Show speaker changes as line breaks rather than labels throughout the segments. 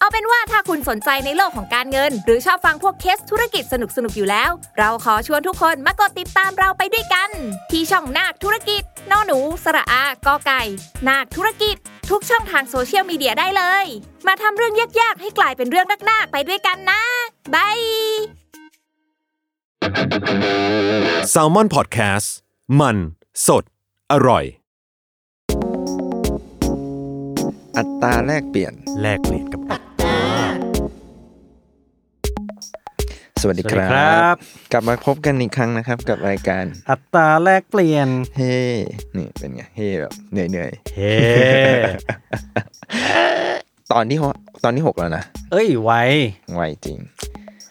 เอาเป็นว่าถ้าคุณสนใจในโลกของการเงิน หรือชอบฟังพวกเคสธุรกิจสนุกๆอยู่แล้ว เราขอชวนทุกคนมากดติดตามเราไปด้วยกัน ที่ช่องนาคธุรกิจนอหนู สระอากอไก่ นาคธุรกิจ ทุกช่องทางโซเชียลมีเดียได้เลย มาทำเรื่องยากๆ ให้กลายเป็นเรื่องนักๆไปด้วยกันนะบาย
s a l m o n PODCAST มัน สด อร่อย
อัตราแลกเปลี่ยน
แลกเปลี่ยนกับอัตรา
สวัส
สวัส
ดีค
ดีค
รั
รับ บ
กลับมาพบกันอีกครั้งนะครับ กับรายการ
อัตราแลกเปลี่ยน
เฮ้นี่เป็นไง เฮ้แบบเหนื่อยเหนื่อย
เฮ้
ๆตอนที่หกตอนที่หกแล้วนะ
เอ้ยไว
ไวจริง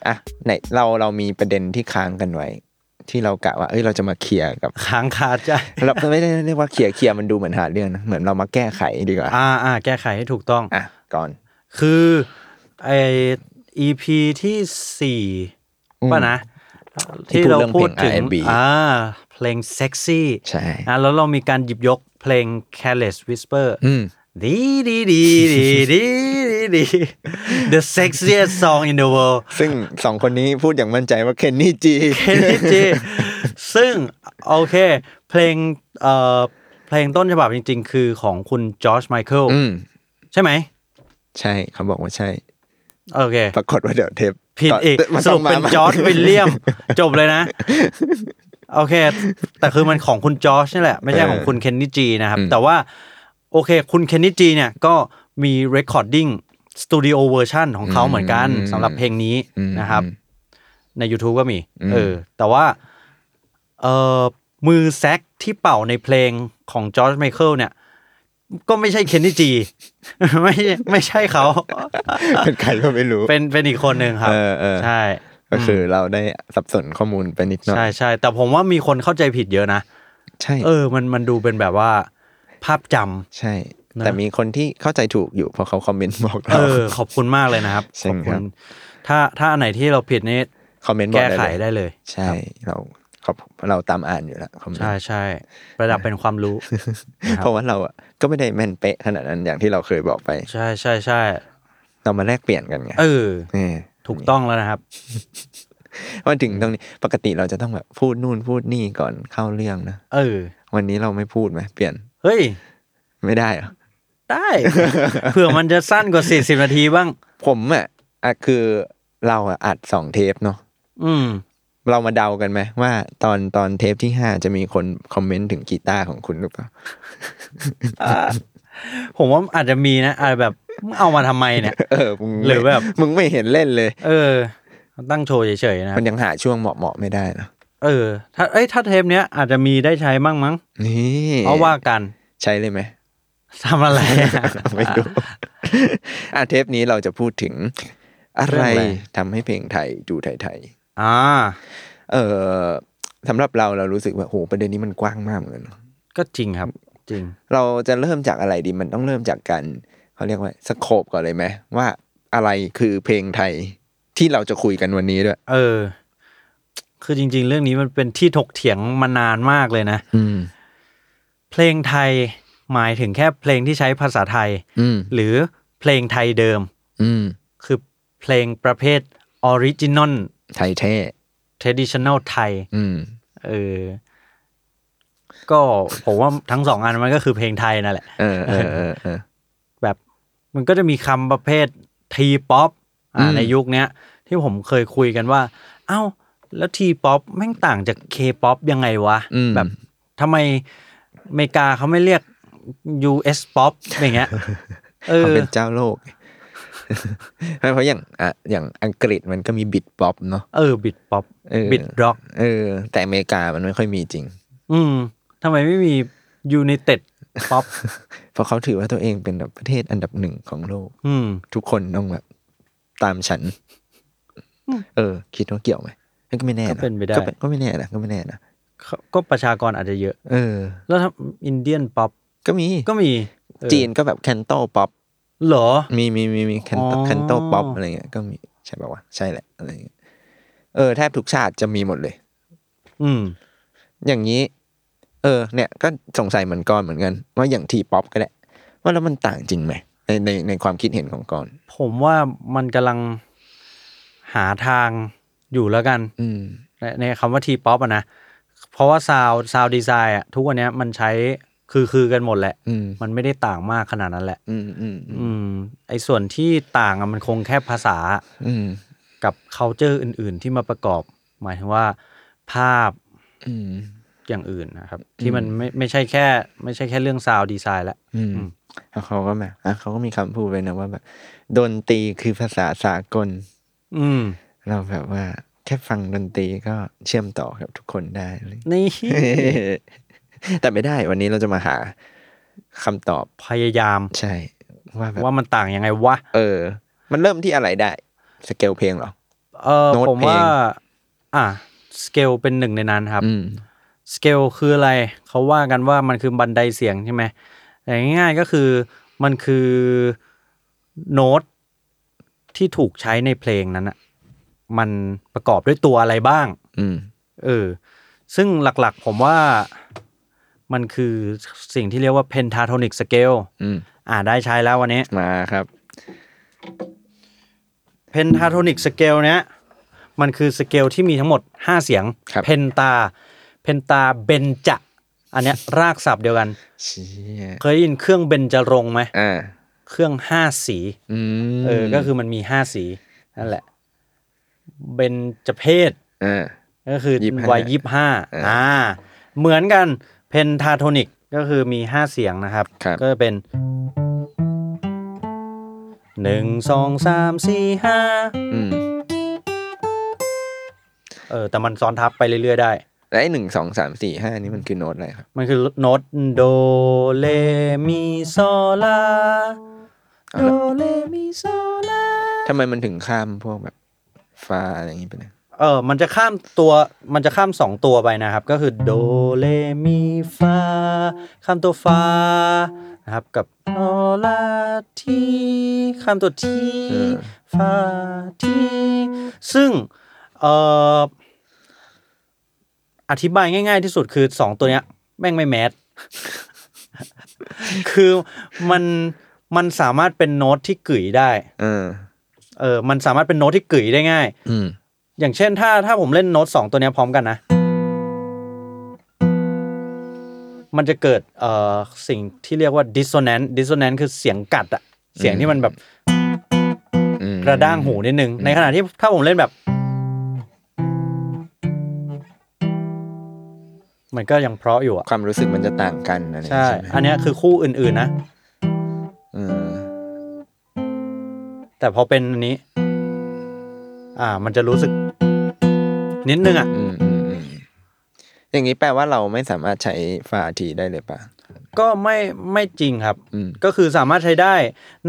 อ่ะไหนเราเรามีประเด็นที่ค้างกันไว้ ที่เรากะว่าเอ้ยเราจะมาเคลียร์กับ
ค้างคาใจ
เราไม่ได้เรียกว่าเคลียร์เคลียร์มันดูเหมือนหาเรื่องนะเหมือนเรามาแก้ไขดีกว่า
อ่าอ่าแก้ไขให้ถูกต้อง
อ่ะก่อน
คือไอ EP ที่สี่
อืม
ป่ะนะ
ที่
ที่เราพูดถึง
พูดเรื่องเพลง R&B
อ่าเพลงเซ็กซี่
ใช่
อ่ะแล้วเรามีการหยิบยกเพลง Careless Whisper
อืม
ดีดีดีดีดีดีดี The sexiest song in the world
ซึ่งสองคนนี้พูดอย่างมั่นใจว่าเคนนี่จี
เคนนิ จิซึ่ง โอเค เพลงเอ่อเพลงต้นฉบับจริง ๆ คือของคุณจอร์จไมเคิล
อืม
ใช่ไหม
ใช่เขาบอกว่าใช่
โอเค
ปรากฏว่าเดี๋ยวเทป
ผิด
ต่
อีก
มัน
ส
ต้
รุ
ง
ป
มา
เป็น
ใหม่
จอร์จวิลเลียม จบเลยนะ โอเค แต่คือมันของคุณจอร์จนี่แหละ ไม่ใช่
เออ
ของคุณเคนนิจินะครับ
อืม
แต่ว่า โอเค คุณเคนนิจิเนี่ยก็มีเรคคอร์ดดิ้งสตูดิโอเวอร์ชันของเขาเหมือนกันสำหรับเพลงนี้
อืม
นะครับ ใน YouTube ก็มี
อืม
เออ แต่ว่า เออมือแซกที่เป่าในเพลงของจอร์จไมเคิลเนี่ย ก็ไม่ใช่เคนนี่จี ไม่ใช่ไม่ใช่เขา
เป็นใครก็ไม่รู้
เป็นเป็นอีกคนหนึ่งครับ
เออเออ
ใช่
ก็คือเราได้สับสนข้อมูลไปนิดหน่อ
ใช่
ย
ใช่แต่ผมว่ามีคนเข้าใจผิดเยอะนะ
ใช่
เออ มันมันดูเป็นแบบว่า ภาพจำ
ใช่ แต่
นะ
มีคนที่เข้าใจถูกอยู่เพราะเขาคอมเมนต์บอก
เอ
เรา
อ ขอบคุณมากเลยนะครับ
ใช่
ขอบคุ
ครั
ณ
บ
ถ้าถ้าอันไหนที่เราผิดนี่
คอมเมนต์บอก
แก้ไข
เลย
ได้เลย
ใช่เราขอบเราตามอ่านอยู่แล้วคอมเมน
ใช่
ต์
ใช่ระดับเป็นความรู้ ครับ
เพราะว่าเราอะก็ไม่ได้แม่นเป๊ะขนาดนั้นอย่างที่เราเคยบอกไป
ใช่ใช่ ใช่
เรามาแลกเปลี่ยนกันไง
เออ
เออ
ถูกต้องแล้วนะครับ
มาถึงตรงนี้ปกติเราจะต้องแบบพูดนู่นพูดนี่ก่อนเข้าเรื่องนะ
เออ
วันนี้เราไม่พูดไหมเปลี่ยน
เฮ้ย
ไม่ได้เหรอ
ได้ เผื่อมันจะสั้นกว่าสี่สิบนาทีบ้าง
ผมอ่ะอะคือเราอะอัดสองเทปเนาะ
อืม
เรามาเดากันไหมว่าตอนตอนเทปที่ห้าจะมีคนคอมเมนต์ถึงกีตาร์ของคุณหรือเปล่า
ผมว่าอาจจะมีนะอาจจะแบบมึงเอามาทำไมเนี่ย
เออมึงไม่
หรือแบบ
มึงไม่เห็นเล่นเลย
เออ ตั้งโชว์เฉยๆนะครั
มั
บ
นยังหาช่วงเหมาะเหมาะๆไม่ได้นะ
เออ ถ้าเอ้ยถ้าเทปเนี้ยอาจจะมีได้ใช้บ้างมั้ง
นี่
เพราะว่ากัน
ใช้เลยไหม
ทำ อะไรอะ
ไม่รู้ อ่ะเทปนี้เราจะพูดถึง อะไร
เรื่องอะไร
ทำให้เพลงไทยดูไทย
อ่า
ๆเออสำหรับเราเรารู้สึกว่าโหประเด็นนี้มันกว้างมากเหมือนกันเนอะ
ก็จริงครับ จริง
เราจะเริ่มจากอะไรดีมันต้องเริ่มจากการเขาเรียกว่าสโคปก่อนเลยไหมว่าอะไรคือเพลงไทยที่เราจะคุยกันวันนี้ด้วย
เออ คือจริง ๆ เรื่องนี้มันเป็นที่ถกเถียงมานานมากเลยนะ
อืม
เพลงไทยหมายถึงแค่เพลงที่ใช้ภาษาไทย
อืม
หรือเพลงไทยเดิม
อืม
คือเพลงประเภทออริจินอล
ไทยแท้
เทดิชันแนลไทย
อืม
เออ ก็ผมว่าทั้งสองอันมันก็คือเพลงไทยนั่นแหละ
เออเออเออเออ
แบบมันก็จะมีคำประเภททีป๊อปอ่า
อืม
ในยุคเนี้ย ที่ผมเคยคุยกันว่า เอ้า แล้วทีป๊อปแม่งต่างจากเคป๊อปยังไงวะ
อืม
แบบทำไมอเมริกาเขาไม่เรียก US pop อย่างเงี้ย เอ
เขา
อ
เป็นเจ้าโลก เพราะอย่างอ่ะอย่างอังกฤษมันก็มีบิดป๊อปเนาะ
เออบิดป๊อป
เออ
บิดร็อก
เออ แต่อเมริกามันไม่ค่อยมีจริง
อืมทำไมไม่มียู i นเต็ดป๊อป
เพราะเขาถือว่าตัวเองเป็นแบบประเทศอันดับหนึ่งของโลก
อืม
ทุกคนต้องแบบตามฉัน
อืม
เออ คิดว่าเกี่ยวไหมมันก็ไม่แน่ะ
ก็เป็นไปได้
ก็ก็ไม่แน่นะก็ไม่แน่นะ
ก็ก็ประชากรอาจจะเยอะ
เออ
แล้วถ้าอินเดียนป๊อป
ก็มี
ก็มี เออ
จีนก็แบบแคนโตป๊อป
เหรอ
มีมีมีมีแคนโต
อ๋อ
แคนโตป๊อปอะไรเงี้ยก็มีใช่ป่าวะใช่แหละอะไรเงี้ยเออแทบทุกชาติจะมีหมดเลย
อืม
อย่างนี้ เออ เนี่ยก็สงสัยเหมือนกอนเหมือนกัน ว่าอย่างทีป๊อปก็แหละว่าแล้วมันต่างจริงไหมในในในความคิดเห็นของกอน
ผมว่ามันกำลังหาทางอยู่แล้วกัน
อืม
ในในคำว่าทีป๊อปอะนะ เพราะว่าซาวซาวดีไซน์อะทุกวันเนี้ยมันใช้คือคือกันหมดแหละ
อืม
มันไม่ได้ต่างมากขนาดนั้นแหละ
อืมอืมอืม
อืม ไอ้ส่วนที่ต่างอะมันคงแค่ภาษา
อืม
กับ c u เจอร์อื่น ๆ ที่มาประกอบ หมายถึงว่าภาพ
อืม
อย่างอื่นนะครับ ที่มันไม่ไม่ใช่แค่ ไม่ใช่แค่เรื่องซาวดีไซน์ละ
อืม
อืม
แล้วเขาก็แบบอ่ะเขาก็มีคำพูดไว้นะว่าแบบดนตรีคือภาษาสากล
อืม
เราแบบว่า แค่ฟังดนตรีก็เชื่อมต่อกับทุกคนได้เลย
นี่
แต่ไม่ได้วันนี้เราจะมาหาคำตอบ
พยายาม
ใช่ ว่าแบบ
ว่ามันต่างยังไงวะ
เออ มันเริ่มที่อะไรได้ สเกลเพลงเหรอ
เออ
โน้ต
ผม
เพลง
ว่า อ่ะสเกลเป็นหนึ่งในนั้นครับ
อืม
สเกลคืออะไร เขาว่ากันว่ามันคือบันไดเสียงใช่ไหมแต่ง่ายๆก็คือมันคือโน้ตที่ถูกใช้ในเพลงนั้นอะมันประกอบด้วยตัวอะไรบ้าง
อืม
เออ ซึ่งหลักๆผมว่ามันคือสิ่งที่เรียกว่า pentatonic scale
อืม
อ่าได้ใช้แล้ววันนี้
มาครับ
เพนทาโทนิกสเกลเนี้ยมันคือสเกลที่มีทั้งหมด 5 เสียง
ครับ
เพนตา เพนตาเบนจะอันเนี้ย รากศัพท์เดียวกัน
เชี่ย
เคยได้ยินเครื่องเบนจรงค์ไหม
อ่า
เครื่องห้าสี
อืม
เออ ก็คือมันมีห้าสี นั่นแหละ เบนจเพศ
อ่า
ก็คือ
25
วัยยี่ห้า
อ่า
อ่า เหมือนกันเพนทาโทนิกก็คือมีห้าเสียงนะครับ
ครับ
ก็จะเป็นหนึ่งสองสามสี่ห้า
อืม
เออแต่มันซ้อนทับไปเรื่อยๆได้
แล้วไอ้หนึ่งสองสามสี่ห้านี่มันคือโน้ตอะไรครับ
มันคือโน้ตโดเลมีโซลา
เอา
โด
ละ
เลมีโซลา
ทำไมมันถึงข้ามพวกแบบฟาอะไรอย่างนี้ไปนะ
เออมันจะข้ามตัวมันจะข้ามสองตัวไปนะครับ ก็คือโดเลมีฟาข้ามตัวฟานะครับกับโนลาทีข้ามตัวทีฟาทีซึ่งเอออธิบายง่าย ๆ ที่สุดคือสองตัวเนี้ย แม่งไม่แมท คือมันมันสามารถเป็นโน้ตที่กึ๋ยได้
เออ
เออ มันสามารถเป็นโน้ตที่กึ๋ยได้ง่าย
อืม
อย่างเช่นถ้าถ้าผมเล่นโน้ตสองตัวเนี้ยพร้อมกันนะ มันจะเกิดเอ่อสิ่งที่เรียกว่า dissonance dissonance คือเสียงกัดอะเสียงที่มันแบบ
อืม
กระด้างหูนิดนึง ในขณะที่ถ้าผมเล่นแบบ มันก็ยังเพราะอยู่อะ
ความรู้สึกมันจะต่างกันอะไรอย่าง
ใช่
นี้ใช่ไหม
อันเนี้ยคือคู่อื่นๆนะ
เออ
แต่พอเป็นอันนี้ อ่า มันจะรู้สึก นิดนึงอ่ะ
อืมอืมอืมอย่างนี้แปลว่าเราไม่สามารถใช้ฟาทีได้เลยป่ะ
ก็ไม่ไม่จริงครับ
อืม
ก็คือสามารถใช้ได้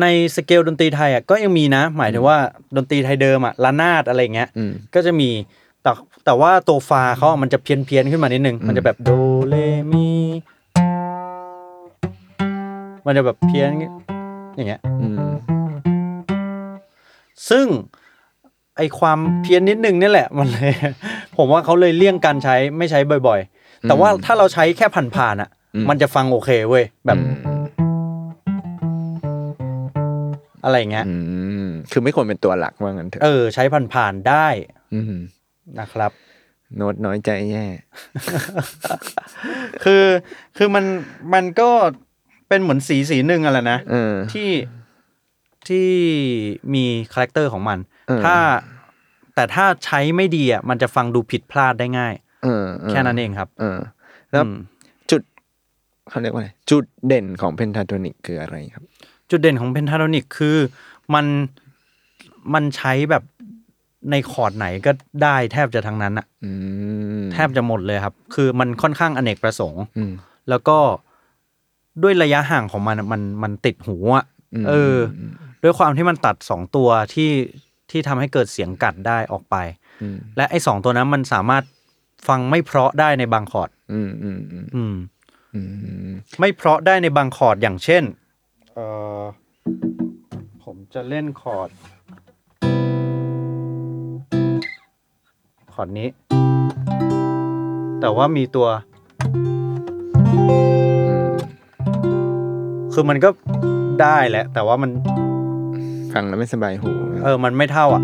ในสเกลดนตรีไทยอ่ะก็ยังมีนะ หมายถึงว่าดนตรีไทยเดิมอ่ะระนาดอะไรอย่างเงี้ย
อืม
ก็จะมีแต่แต่ว่าตัวฟาเขาอะมันจะเพี้ยนเพียนๆขึ้นมานิดนึง มันจะแบบโดเลมีมันจะแบบเพี้ยนอย่างเงี้ย
อืม
ซึ่งไอความเพี้ยนนิดนึงนี่แหละมันเลย ผมว่าเขาเลยเลี่ยงการใช้ไม่ใช้บ่อยๆ แต่ว่าถ้าเราใช้แค่ผ่านๆอ่ะ
อืม
มันจะฟังโอเคเว้ยแบบ
อืม
อะไรอย่างเงี้ย
อืม คือไม่ควรเป็นตัวหลักว่างั้นเถอะ
เออ ใช้ผ่านๆได้
อืม
นะครับ
โน้ตน้อยใจแย่
คือคือมันมันก็เป็นเหมือนสีสีหนึ่งอะไรนะ
เออ
ที่ที่มีคาแรคเตอร์ของมัน
เออ
ถ้าแต่ถ้าใช้ไม่ดีอ่ะมันจะฟังดูผิดพลาดได้ง่าย
เออเออ
แค่นั้นเองครับ
เออ แล้ว
อืม
จุดเขาเรียกว่าอะไรจุดเด่นของเพนทาโทนิกคืออะไรครับ
จุดเด่นของเพนทาโทนิกคือมันมันใช้แบบในคอร์ดไหนก็ได้แทบจะทั้งนั้นอะ
อืม
แทบจะหมดเลยครับ คือมันค่อนข้างอเนกประสงค์
อืม
แล้วก็ด้วยระยะห่างของมันอะมันมันติดหูอะ
อืม
เออ ด้วยความที่มันตัดสองตัวที่ที่ทำให้เกิดเสียงกัดได้ออกไป
อืม
และไอ้สองตัวนั้นมันสามารถฟังไม่เพราะได้ในบางคอร์ด
อืมอืมอืม
อืม
อืม
ไม่เพราะได้ในบางคอร์ดอย่างเช่น เออผมจะเล่นคอร์ด คอร์ดนี้ แต่ว่ามีตัว
อืม
คือมันก็ได้แหละ แต่ว่ามัน
ฟังแล้วไม่สบายหู
เออ มันไม่เท่าอ่ะ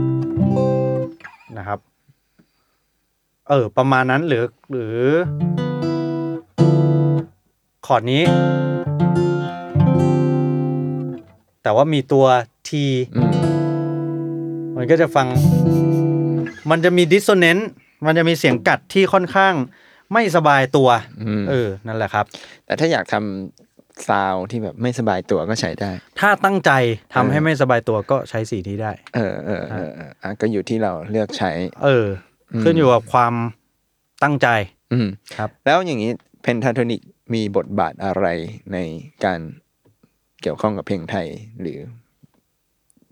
นะครับ เออ ประมาณนั้นหรือ หรือ คอร์ดนี้ แต่ว่ามีตัว T
ม
มันก็จะฟัง มันจะมีดิสโ o เนน c e มันจะมีเสียงกัดที่ค่อนข้างไม่สบายตัว
อืม
เออ นั่นแหละครับ
แต่ถ้าอยากทำซาวด์ที่แบบไม่สบายตัวก็ใช้ได้
ถ้าตั้งใจทำให้ไม่สบายตัวก็ใช้สีนี้ได้
เออเออเออเอออ่ะก็อยู่ที่เราเลือกใช้
เออ ขึ้นอยู่กับความตั้งใจ
อืม
ครับ
แล้วอย่างนี้เพนทาโทนิกมีบทบาทอะไรในการเกี่ยวข้องกับเพลงไทย หรือ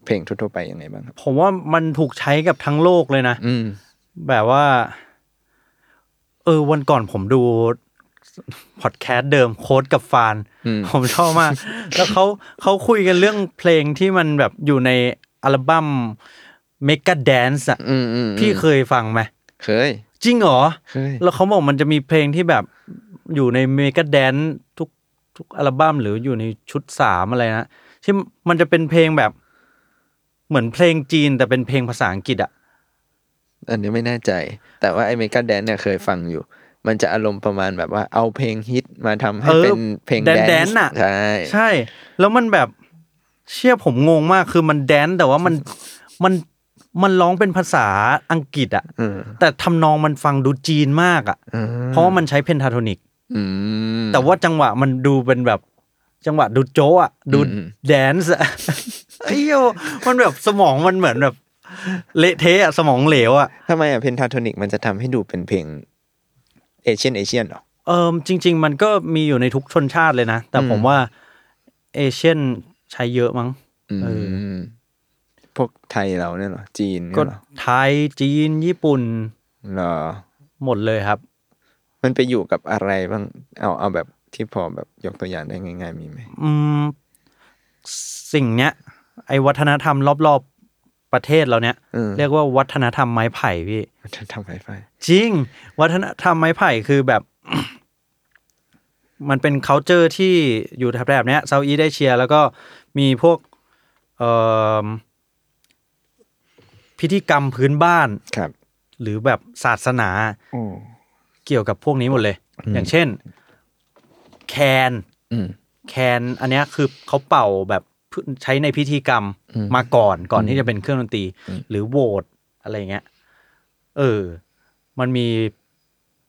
เพลงทั่วๆไปยังไงบ้างครับ
ผมว่ามันถูกใช้กับทั้งโลกเลยนะ
อืม
แบบว่า เออ วันก่อนผมดู พอดแคสต์เดิมโค้ดกับฟาน
อืม
ผมชอบมาก แล้วเขาเขาคุยกันเรื่องเพลงที่มันแบบอยู่ในอัลบั้ม Mega Dance อ่ะ
อืมอืมอืม
พี่เคยฟังไหม
เคย
จริงเหรอ
เคย
แล้วเขาบอกมันจะมีเพลงที่แบบอยู่ในเมก a แดนทุกทุกอัลบั้มหรืออยู่ในชุดสามอะไรนะที่มันจะเป็นเพลงแบบ เหมือนเพลงจีนแต่เป็นเพลงภาษาอังกฤษอะ
อันนี้ไม่แน่ใจ แต่ว่าไอเมกาแดนเนี่ยเคยฟังอยู่ มันจะอารมณ์ประมาณแบบว่าเอาเพลงฮิตมาทำให้เป็นเพลง
แดน
แด
แด
น
น
ซ์
อะ
ใช่
ใช่ แล้วมันแบบเชื่อผมงงมากคือมันแดนแต่ว่ามัน มันมันร้องเป็นภาษาอังกฤษอะ
อืม
แต่ทำนองมันฟังดูจีนมากอะ
อืม
เพราะว่ามันใช้เพนทาโทนิก
อืม
แต่ว่าจังหวะมันดูเป็นแบบ จังหวะดูโจะอะดู
อืม
แดนซ์อะ ไอ้เหี้ยมันแบบสมองมันเหมือนแบบ เละเทะอะสมองเหลวอะ
ทำไมอะเพนทาโทนิกมันจะทำให้ดูเป็นเพลงเอเชียนเอเชียนหรอ
เออจริง ๆ มันก็มีอยู่ในทุกชนชาติเลยนะ แต่
อืม
ผมว่าเอเชียนใช้เยอะมั้ง
อื
เอ
มพวกไทยเราเนี่ยเหรอ จีน
ก็
เนี่ยเหรอ
ไทยจีนญี่ปุ่น
เหรอ
หมดเลยครับ
มันไปอยู่กับอะไรบ้าง เอาเอาแบบที่พอแบบยกตัวอย่างได้ง่ายๆมีไหม
อืมสิ่งเนี้ย ไอวัฒนธรรมรอบๆประเทศเราเนี้ย
อืม
เรียกว่าวัฒนธรรมไม้ไผ่พี่
ทำไฟไฟ
จริง วัฒนธรรมไม้ไผ่คือแบบ มันเป็น c u เจอร์ที่อยู่แถบๆเนี้ยเซาท์อีสเอเชีย แล้วก็มีพวกเอ่อพิธีกรรมพื้นบ้าน
ครับ
หรือแบบศาสนา
อืม
เกี่ยวกับพวกนี้หมดเลย
อืม
อย่างเช่น แคน
อืม
แคนอันเนี้ยคือเขาเป่าแบบใช้ในพิธีกรรม
อืม
มาก่อนก่อน
อืม
ที่จะเป็นเครื่องดนตรี
อืม
หรือโหวตอะไรเงี้ยเออ มันมี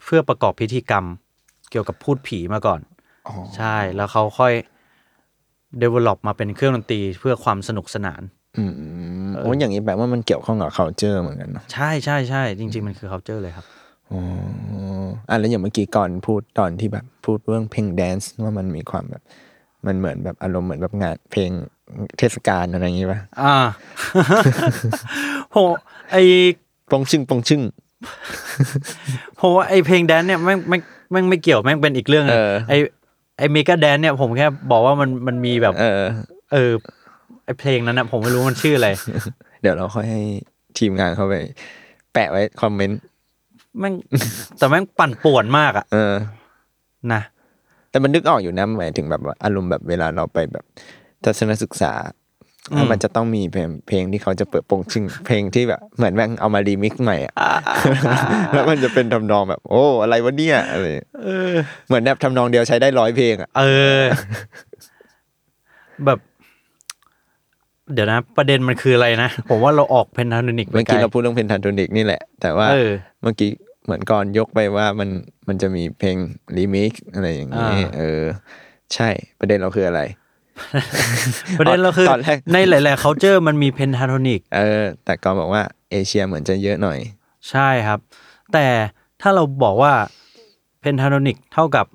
เพื่อประกอบพิธีกรรม เกี่ยวกับพูดผีมาก่อน
อ๋อ
ใช่แล้วเขาค่อย develop มาเป็นเครื่องดนตรีเพื่อความสนุกสนาน
อืมโอ้อย่างนี้แปลว่ามันเกี่ยวข้องกับ culture เหมือนกันเนาะ
ใช่ใช่ใช่จริง ๆ มันคือ culture เลยครับ
อ๋ออ่ะแล้วอย่างเมื่อกี้ก่อนพูดตอนที่แบบพูดเรื่องเพลงแดนซ์ว่ามันมีความแบบ มันเหมือนแบบอารมณ์เหมือนแบบงานเพลงเทศกาลอะไรอย่างงี้ป่ะ
อ่า โหไอ
ปงชึ่งปงชึ่ง
เพราะว่าไอเพลงแดนซ์เนี่ยแม่งแม่งแม่งไม่เกี่ยวแม่งเป็นอีกเรื่องหนึ่ง
เออ
ไอไอเมกาแดนซ์เนี่ยผมแค่บอกว่ามันมันมีแบบ
เออ
เออไอเพลงนั้นนะผมไม่รู้มันชื่ออะไร
เดี๋ยวเราค่อยให้ทีมงานเข้าไป แปะไว้คอมเมนต์
แม่งแต่แม่งปั่นป่วนมากอะ
เออ
นะ
แต่มันนึกออกอยู่นะหมายถึงแบบว่าอารมณ์แบบเวลาเราไปแบบทัศนศึกษา
อืม
มันจะต้องมีเพลงเพลงที่เขาจะเปิดโปงชึง เพลงที่แบบเหมือนแม่งเอามารีมิกซ์ใหม่อะ แล้วมันจะเป็นทำนองแบบ โอ้ อะไรวะเนี่ยอะไร
เออ
เหมือนแบบทำนองเดียวใช้ได้ร้อยเพลงอ่ะ
เออ แบบ เดี๋ยวนะ ประเด็นมันคืออะไรนะ ผมว่าเราออกเพนทาโทนิกไป
เมื่อ
ไกล
กี้เราพูดเรื่องเพนทาโทนิกนี่แหละ แต่ว่า
เออ
เมื่อกี้เหมือนก่อนยกไปว่ามันมันจะมีเพลงรีมิกซ์อะไรอย่างนี้
อ่า
เออ ใช่ประเด็นเราคืออะไร
ประเด็นเราคือ
ตอนแรก
ในหลาย ๆ culture มันมีเพนทาโทนิก
เออ แต่ก่อนบอกว่าเอเชียเหมือนจะเยอะหน่อย
ใช่ครับ แต่ถ้าเราบอกว่าเพนทาโทนิกเท่ากับ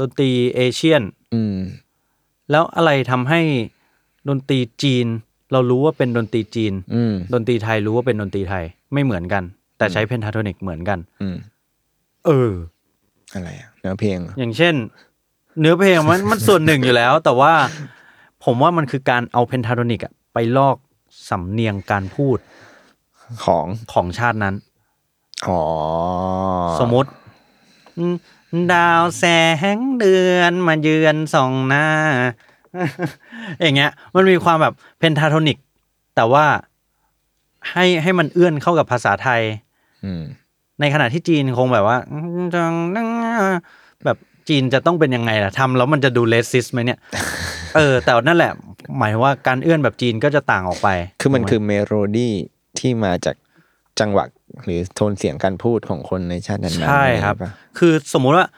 ดนตรีเอเชียน
อืม
แล้วอะไรทำให้ดนตรีจีน เรารู้ว่าเป็นดนตรีจีน
อืม
ดนตรีไทยรู้ว่าเป็นดนตรีไทยไม่เหมือนกัน แต่ใช้เพนทาโทนิกเหมือนกัน
อืม
เออ
อะไรอะเนื้อเพลงเหรอ
อย่างเช่น เนื้อเพลงมันมันส่วนหนึ่งอยู่แล้ว แต่ว่า ผมว่ามันคือการเอาเพนทาโทนิกอะไปลอกสำเนียงการพูด
ของ
ของชาตินั้น
อ๋อ
สมมติอืมดาวแสงเดือนมาเยือนส่องหน้า อย่างเงี้ย มันมีความแบบเพนทาโทนิก แต่ว่าให้ให้มันเอื้อนเข้ากับภาษาไทย
อืม
ในขณะที่จีนคงแบบว่าจังนั่งแบบจีนจะต้องเป็นยังไงล่ะทำแล้วมันจะดูเลสซิสไหมเนี่ย เออ แต่นั่นแหละ หมายว่าการเอื้อนแบบจีนก็จะต่างออกไป
คือมัน
ถูกไห
คือเมโลดี้ที่มาจากจังหวะหรือโทนเสียงการพูดของคนในชาตินั้นๆ
ใช่ครับ
อะไอย่างเงี้ยปะ
คือสมมุติว่า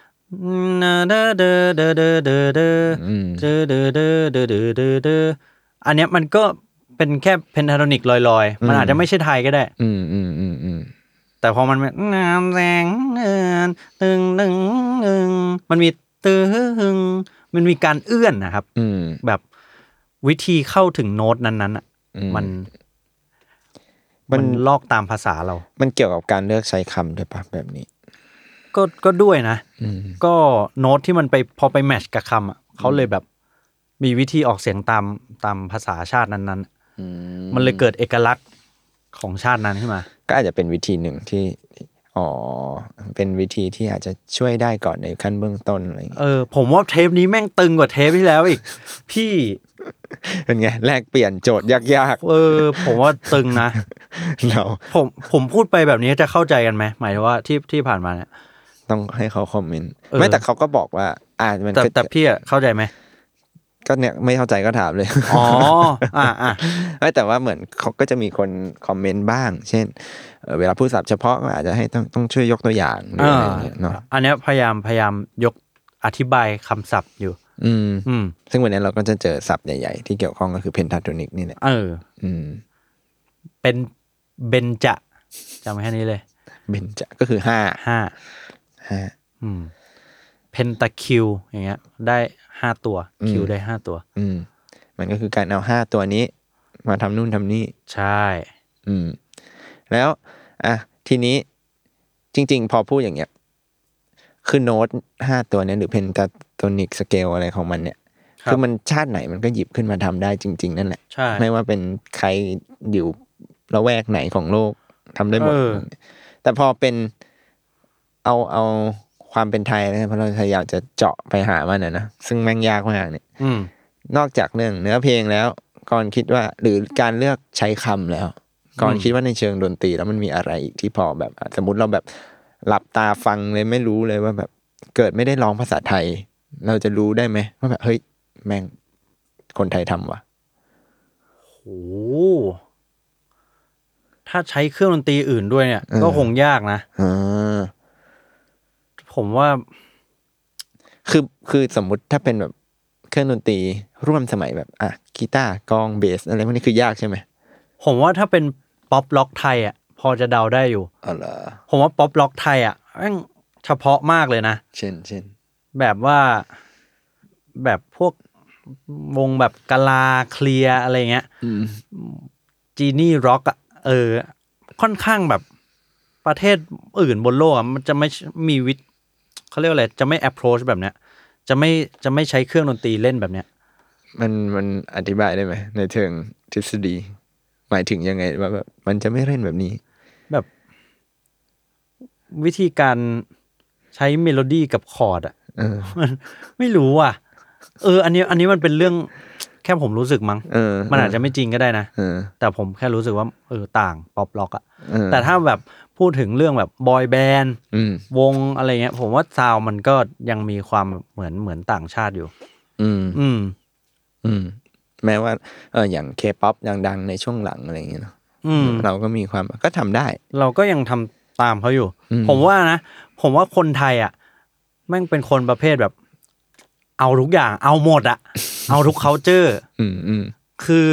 เดอเดอเดอเดอเดอเดอ
อืม
เดอเดอเดอเดอเดอเดอเดออันเนี้ยมันก็เป็นแค่เพนทาโทนิกลอยๆ มันอาจจะไม่ใช่ไทยก็ได้
อืมอืมอืมอืม
แต่พอมันเป็นน้ำแสงเงินตึงตึงตึงมันมีตึงมันมีการเอื้อนนะครับ
อืม
แบบวิธีเข้าถึงโน้ตนั้นๆอ่ะ
อืม
มัน
มั
มัน นลอกตามภาษาเรา
มันเกี่ยวกับการเลือกใช้คำด้วยปะแบบนี้
ก็ก็ด้วยนะ
อืม
ก็โน้ตที่มันไปพอไปแมทชกับคำอ่ะเขาเลยแบบมีวิธีออกเสียงตามตามภาษาชาตินั้น
อื
ๆ มันเลยเกิดเอกลักษณ์ของชาตินั้นขึ้นมา
ก็อาจจะเป็นวิธีหนึ่งที่ อ๋อ เป็นวิธีที่อาจจะช่วยได้ก่อนในขั้นเบื้องต้นอะไรอย่างเงี้ย
เออ ผมว่าเทปนี้แม่งตึงกว่าเทปที่แล้วอีก พี่
เป็นไงแลกเปลี่ยนโจทย์ยาก
เออ ผมว่าตึงนะ
ๆ เรา
ผมผมพูดไปแบบนี้จะเข้าใจกันไหมหมายถึงว่าที่ที่ผ่านมาเนี่ย
ต้องให้เขาคอมเมนต์
เออ
ไม่แต่เขาก็บอกว่า อ่ามัน
แต่
ก็
แต่พี่อะเข้าใจไหม
ก็เนี่ยไม่เข้าใจก็ถามเลย
อ๋ออ่ะอ่ะ
ไม่แต่ว่าเหมือนเขาก็จะมีคนคอมเมนต์บ้าง เช่นเอ่อเวลาพูดศัพท์เฉพาะก็อาจจะให้ต้องต้องช่วยยกตัวอย่างหรืออะไรอย่างเงี้ยเนาะ
อันเนี้ยพยายามพยายามยกอธิบายคำศัพท์อยู่
อืม
อืม
ซึ่งวันนี้เราก็จะเจอศัพท์ใหญ่ๆ ที่เกี่ยวข้องก็คือเพนทาโทนิกนี่แหละ
เออ
อืม
เป็นเบนจะจำแค่นี้เลย
เบนจะก็คือห้า
ห้า
ห้า
อืม เพนตาคิว อย่างเงี้ย ได้ห้าตัว
อืม
คิวได้ห้าตัว
อืม มันก็คือการเอาห้าตัวนี้ มาทำนู่นทำนี่
ใช่
อืม แล้ว อ่ะ ทีนี้จริง ๆ พอพูดอย่างเงี้ย คือโน้ตห้าตัวเนี้ยหรือเพนตาโทนิกสเกลอะไรของมันเนี่ย
ครับ
คือมันชาติไหนมันก็หยิบขึ้นมาทำได้จริง ๆ นั่นแหละ
ใช่
ไม่ว่าเป็นใครอยู่ละแวกไหนของโลกทำได้หมด
เออ
แต่พอเป็นเอาเอาความเป็นไทยนะเพราะเราพยายามจะเจาะไปหามันนะนะซึ่งแม่งยากมากเนี่ย
อืม
นอกจากเรื่องเนื้อเพลงแล้วก่อนคิดว่าหรือการเลือกใช้คำแล้ว ก่อนคิดว่าในเชิงดนตรีแล้วมันมีอะไรอีกที่พอแบบอ่ะสมมติเราแบบหลับตาฟังเลยไม่รู้เลยว่าแบบเกิดไม่ได้ร้องภาษาไทย เราจะรู้ได้ไหมว่าแบบเฮ้ยแม่งคนไทยทำว่ะ
โอ้โหถ้าใช้เครื่องดนตรีอื่นด้วยเนี่ย
เออ
ก็คงยากนะ
อ่า
ผมว่า
คือคือสมมุติถ้าเป็นแบบเครื่องดนตรีร่วมสมัยแบบอ่ะกีตาร์กลองเบสอะไรพวกนี้คือยากใช่ไหม
ผมว่าถ้าเป็นป๊อปล็อกไทยอ่ะ พอจะเดาได้อยู่
อ๋อเหรอ
ผมว่าป๊อปล็อกไทยอ่ะแม่งเฉพาะมากเลยนะ
เช่นเช่น
แบบว่าแบบพวกวงแบบกะลาเคลียร์อะไรเงี้ย
อืม
จีนี่ร็อกอ่ะเออ ค่อนข้างแบบประเทศอื่นบนโลกอะมันจะไม่มีวิธีเขาเรียกว่าอะไร จะไม่ approach แบบเนี้ย จะไม่จะไม่ใช้เครื่องดนตรีเล่นแบบเนี้ย
มันมันอธิบายได้ไหมในเชิงทฤษฎี หมายถึงยังไงว่าแบบมันจะไม่เล่นแบบนี้
แบบวิธีการใช้เมโลดี้กับคอร์ดอ่ะ
เออ
มันไม่รู้อ่ะ เออ อันนี้อันนี้มันเป็นเรื่องแค่ผมรู้สึกมั้ง
เออ
มันอาจจะไม่จริงก็ได้นะ
เออ
แต่ผมแค่รู้สึกว่าเออต่างป๊อปล็อกอะ
เออ
แต่ถ้าแบบพูดถึงเรื่องแบบบอยแบนด์
อืม
วงอะไรเงี้ย ผมว่าซาวด์มันก็ยังมีความเหมือนเหมือนต่างชาติอยู่
อืม
อืม
อืม แม้ว่าเอออย่างเคป๊อปดังๆในช่วงหลังอะไรอย่างเงี้ยเนอะ
อืม
เราก็มีความก็ทำได้
เราก็ยังทำตามเขาอยู่
อืม
ผมว่านะ ผมว่าคนไทยอ่ะแม่งเป็นคนประเภทแบบ เอาทุกอย่าง เอาหมด อ่ะ เอาทุกเคาเจอร์
อืมอืม
คือ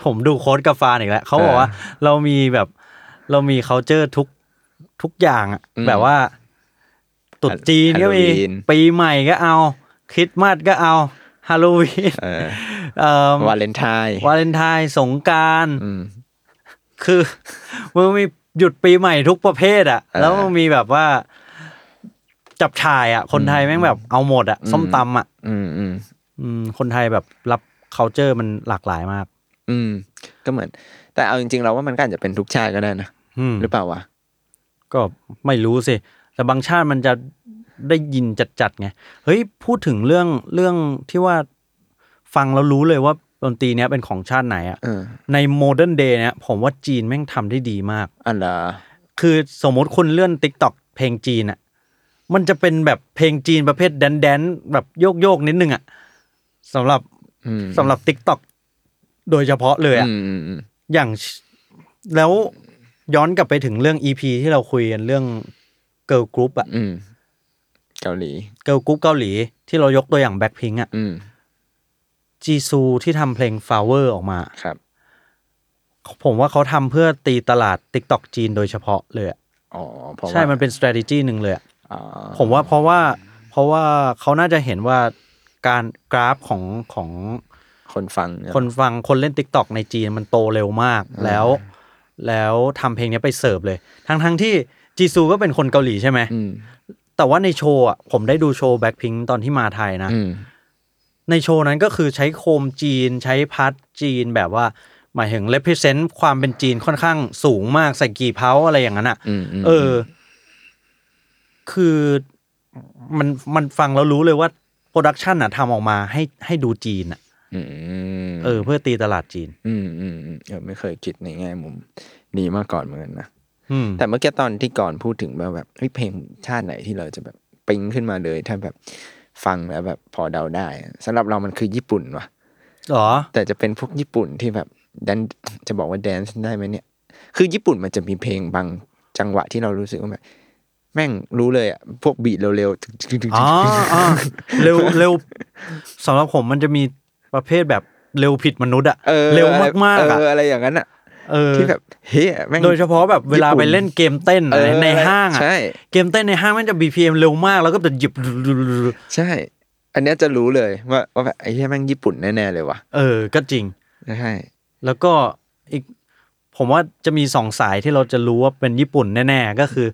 ผมดูโค้ดกาฟานอีกแล้วเขาบอก
เออ
ว่า เรามีแบบเรามี c u เจอร์ทุกทุกอย่างอะ
อืม
แบบว่าตรุดจีนก็มี
Halloween
ปีใหม่ก็เอา คริสต์มาสก็เอาฮาโลวีน
เออ
เอ่อ
วาเลนไทน์
วาเลนไทน์สงกราร
อืม
คือ มันมีหยุดปีใหม่ทุกประเภทอะ
เออ
แล้วมันมีแบบว่า จับชายอะคนไทยแม่งแบบเอาหมดอะ
อืม
ส้มตำอะ
อืมอืม
อืมคนไทยแบบรับ c u เจอร์มันหลากหลายมาก
อืม ก็เหมือน แต่เอาจริงๆ เราว่ามันก็อาจจะเป็นทุกชาติก็ได้นะ
อืม
หรือเปล่าวะ
ก็ไม่รู้สิ แต่บางชาติมันจะได้ยินจัดๆไง เฮ้ย พูดถึงเรื่องเรื่องที่ว่าฟังแล้วรู้เลยว่าดนตรีเนี้ยเป็นของชาติไหนอะ
เออ
ในโมเดิร์นเดย์เนี้ยผมว่าจีนแม่งทำได้ดีมาก
อันละ
คือสมมติคุณเลื่อน t ิ k t o k เพลงจีนอะมันจะเป็นแบบเพลงจีนประเภทแดนแดนๆแบบโยกโยกๆนิดนึงอะสำหรับ
อืม
สำหรับ t ิ k t o k โดยเฉพาะเลยอะ
อืมอืมอืม
อย่างชแล้วย้อนกลับไปถึงเรื่อง EP ที่เราคุยกันเรื่องเกิ l g ลกรุ๊ปอะ
อืมเกาหลี
เกิลกรุ๊ปเกาหลีที่เรายกตัวอย่างแบ็คพิงอะ
อืม
จีซูที่ทำเพลง Flower ออกมา
ครับ
ผมว่าเขาทำเพื่อตีตลาด TikTok จีนโดยเฉพาะเลยอะ
อ๋อเพราะว่า
ใช่มันเป็น strategy หนึ่งเลยอะ
อ๋อ
ผมว่าเพราะว่าเพราะว่าเขาน่าจะเห็นว่าการกราฟของของ
คนฟังเย
คนฟังคนเล่น t ิ k t o k ในจีนมันโตเร็วมากแล้ว แล้วทำเพลงนี้ไปเสิร์ฟเลย ทั้งทั้งที่จีซูก็เป็นคนเกาหลีใช่ไหม
อืม
แต่ว่าในโชว์อ่ะผมได้ดูโชว์แบ็คพิงตอนที่มาไทยนะ
อืม
ในโชว์นั้นก็คือใช้โคมจีนใช้พัดจีนแบบว่า หมายถึง represent ความเป็นจีนค่อนข้างสูงมากใส่กี่เพ้าอะไรอย่างนั้นอ่ะ
อืมม
เออ คือมันมันฟังแล้วรู้เลยว่าโปรดักชันอะทำออกมาให้ให้ดูจีนอะ
มม
เออ เพื่อตีตลาดจีน
อืมอืมอืมเออไม่เคยคิดในแง่มุมนี้มาก่อนเหมือนกันนะ
อืม
แต่เมื่อกี้ตอนที่ก่อนพูดถึงแบบแบบเฮ้ยเพลงชาติไหนที่เราจะแบบปิ๊งขึ้นมาเลย ถ้าแบบฟังแล้วแบบพอเดาได้อะสำหรับเรามันคือญี่ปุ่นว่ะ
เหรอ
แต่จะเป็นพวกญี่ปุ่นที่แบบแดนจะบอกว่าแดนซ์ได้ไหมเนี่ย คือญี่ปุ่นมันจะมีเพลงบางจังหวะที่เรารู้สึกว่าแบบแม่งรู้เลยอ่ะพวกบีทเร็วๆตึกตึกตึก
อ๋
ตึ
อก อ๋อเร็วเร็วสำหรับผมมันจะมีประเภทแบบเร็วผิดมนุษย์อะ
ออ
เร็วมากมากๆอะ
เอออะไรอย่างนั้นอ่ะ
เออ
ที่แบบเฮ้ยแม่ง
โดยเฉพาะแบบเวลา
ญี่ปุ่น
ไปเล่นเกมเต้นอะไร
เออ
ในห้างอะ
ใช่
เกมเต้นในห้างมันจะ BPM เร็วมากแล้วก็จะหยิบ
ใช่ อันเนี้ยจะรู้เลยว่าว่าแบบไอ้ที่แม่งญี่ปุ่นแน่ๆเลยว่ะ
เออ ก็จริง
ใช่
แล้วก็อีกผมว่าจะมีสองสายที่เราจะรู้ว่าเป็นญี่ปุ่นแน่ ๆ ก็คือ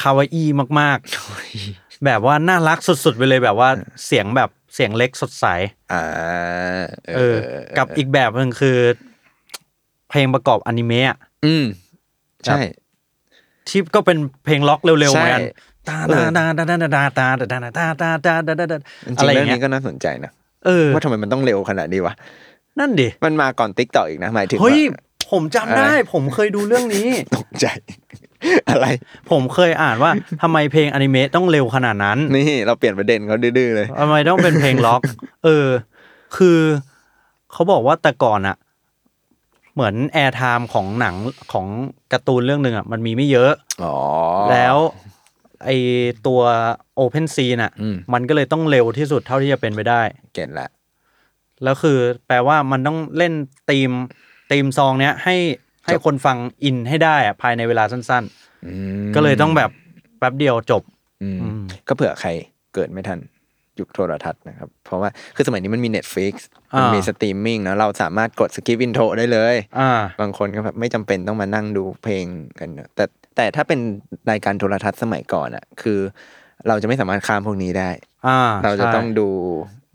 คาวาอีมาก ๆ แบบว่าน่ารักสุด ๆ ไปเลยแบบว่าเสียงแบบเสียงเล็กสดใส
อ่า
เออ กับอีกแบบหนึ่งคือ เพลงประกอบอนิเมะอะ
อืม ใช่
ที่ก็เป็นเพลงล็อกเร็วๆเหมือนกัน
ใช่
ตาตาตาตาตาตาตาตาตาตาตาตาตาตาตา
จริ
อะไร
งๆ
อ
เรื่อย่าง
งเงี้
นี้
ย
ก็น่าสนใจนะ
เออ
ว่าทำไมมันต้องเร็วขนาดนี้วะ
นั่นดิ
มันมาก่อนติ๊กต่ออีกนะ หมายถึงว่า
เฮ้ยผมจำได้ ผมเคยดูเรื่องนี้
ตกใจ อะไร
ผมเคยอ่านว่าทำไมเพลงอนิเมะต้องเร็วขนาดนั้น
นี่เราเปลี่ยนประเด็นเขาดื้อๆเลย
ทำไมต้องเป็นเพลงล็อก เออ คือเขาบอกว่าแต่ก่อนอะเหมือนแอร์ไทม์ของหนังของการ์ตูนเรื่องหนึ่งอะมันมีไม่เยอะ
อ๋อ
แล้วไอตัวโอเพนซีน่ะ
อืม
มันก็เลยต้องเร็วที่สุดเท่าที่จะเป็นไปได้
เก็ตละ
แล้วคือแปลว่ามันต้องเล่นธีมธีมซองเนี้ยให้ให้คนฟังอินให้ได้อะภายในเวลาสั้น
อืม
ๆ ก็เลยต้องแบบแป๊บเดียวจบ
อืม
อืม
ก็เผื่อใครเกิดไม่ทัน ยุคโทรทัศน์นะครับ เพราะว่าคือสมัยนี้มันมี Netflix มันมี
อ่า
สตรีมมิ่งนะเราสามารถกดสกิปอินโทรได้เลย
อ่า
บางคนก็แบบไม่จำเป็นต้องมานั่งดูเพลงกันเนอะแต่แต่ถ้าเป็นรายการโทรทัศน์สมัยก่อนอะคือ เราจะไม่สามารถข้ามพวกนี้ได้
อ่า
เราจะ
ใช่
ต้องดู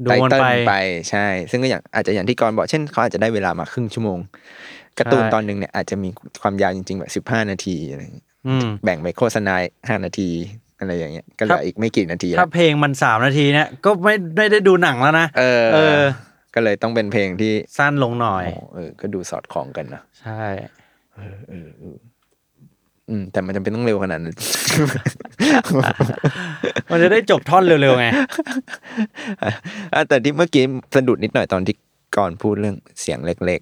ดู
ไต
มัน
เติ้ล
ไป
ไปใช่ ซึ่งก็อย่างอาจจะอย่างที่กรณ์บอกเช่นเขาอาจจะได้เวลามาครึ่งชั่วโมงการ์ตูน
ใช่
ตอนหนึ่งเนี่ยอาจจะมีความยาวจริงๆแบบสิบห้านาทีอะไรอย่างเงี้ย
อืม
แบ่งไปโฆษณาห้านาทีอะไรอย่างเงี้ยก็เห
ค
ลื
รั
อบ อีกไม่กี่นาที
ถ้า
แล้ว
เพลงมันสามนาทีเนี่ยก็ไม่ไม่ได้ดูหนังแล้วนะ
เออ
เออ
ก็เลยต้องเป็นเพลงที่
สั้นลงหน่อย
โอ้เออ ก็ดูสอดคล้องกันนะ
ใช่
อืมแต่มันจำเป็นต้องเร็วขนาดนั้น
มันจะได้จบท่อนเร็วๆไง
อ่ะแต่ที่เมื่อกี้สะดุดนิดหน่อยตอนที่ก่อนพูดเรื่องเสียงเล็ก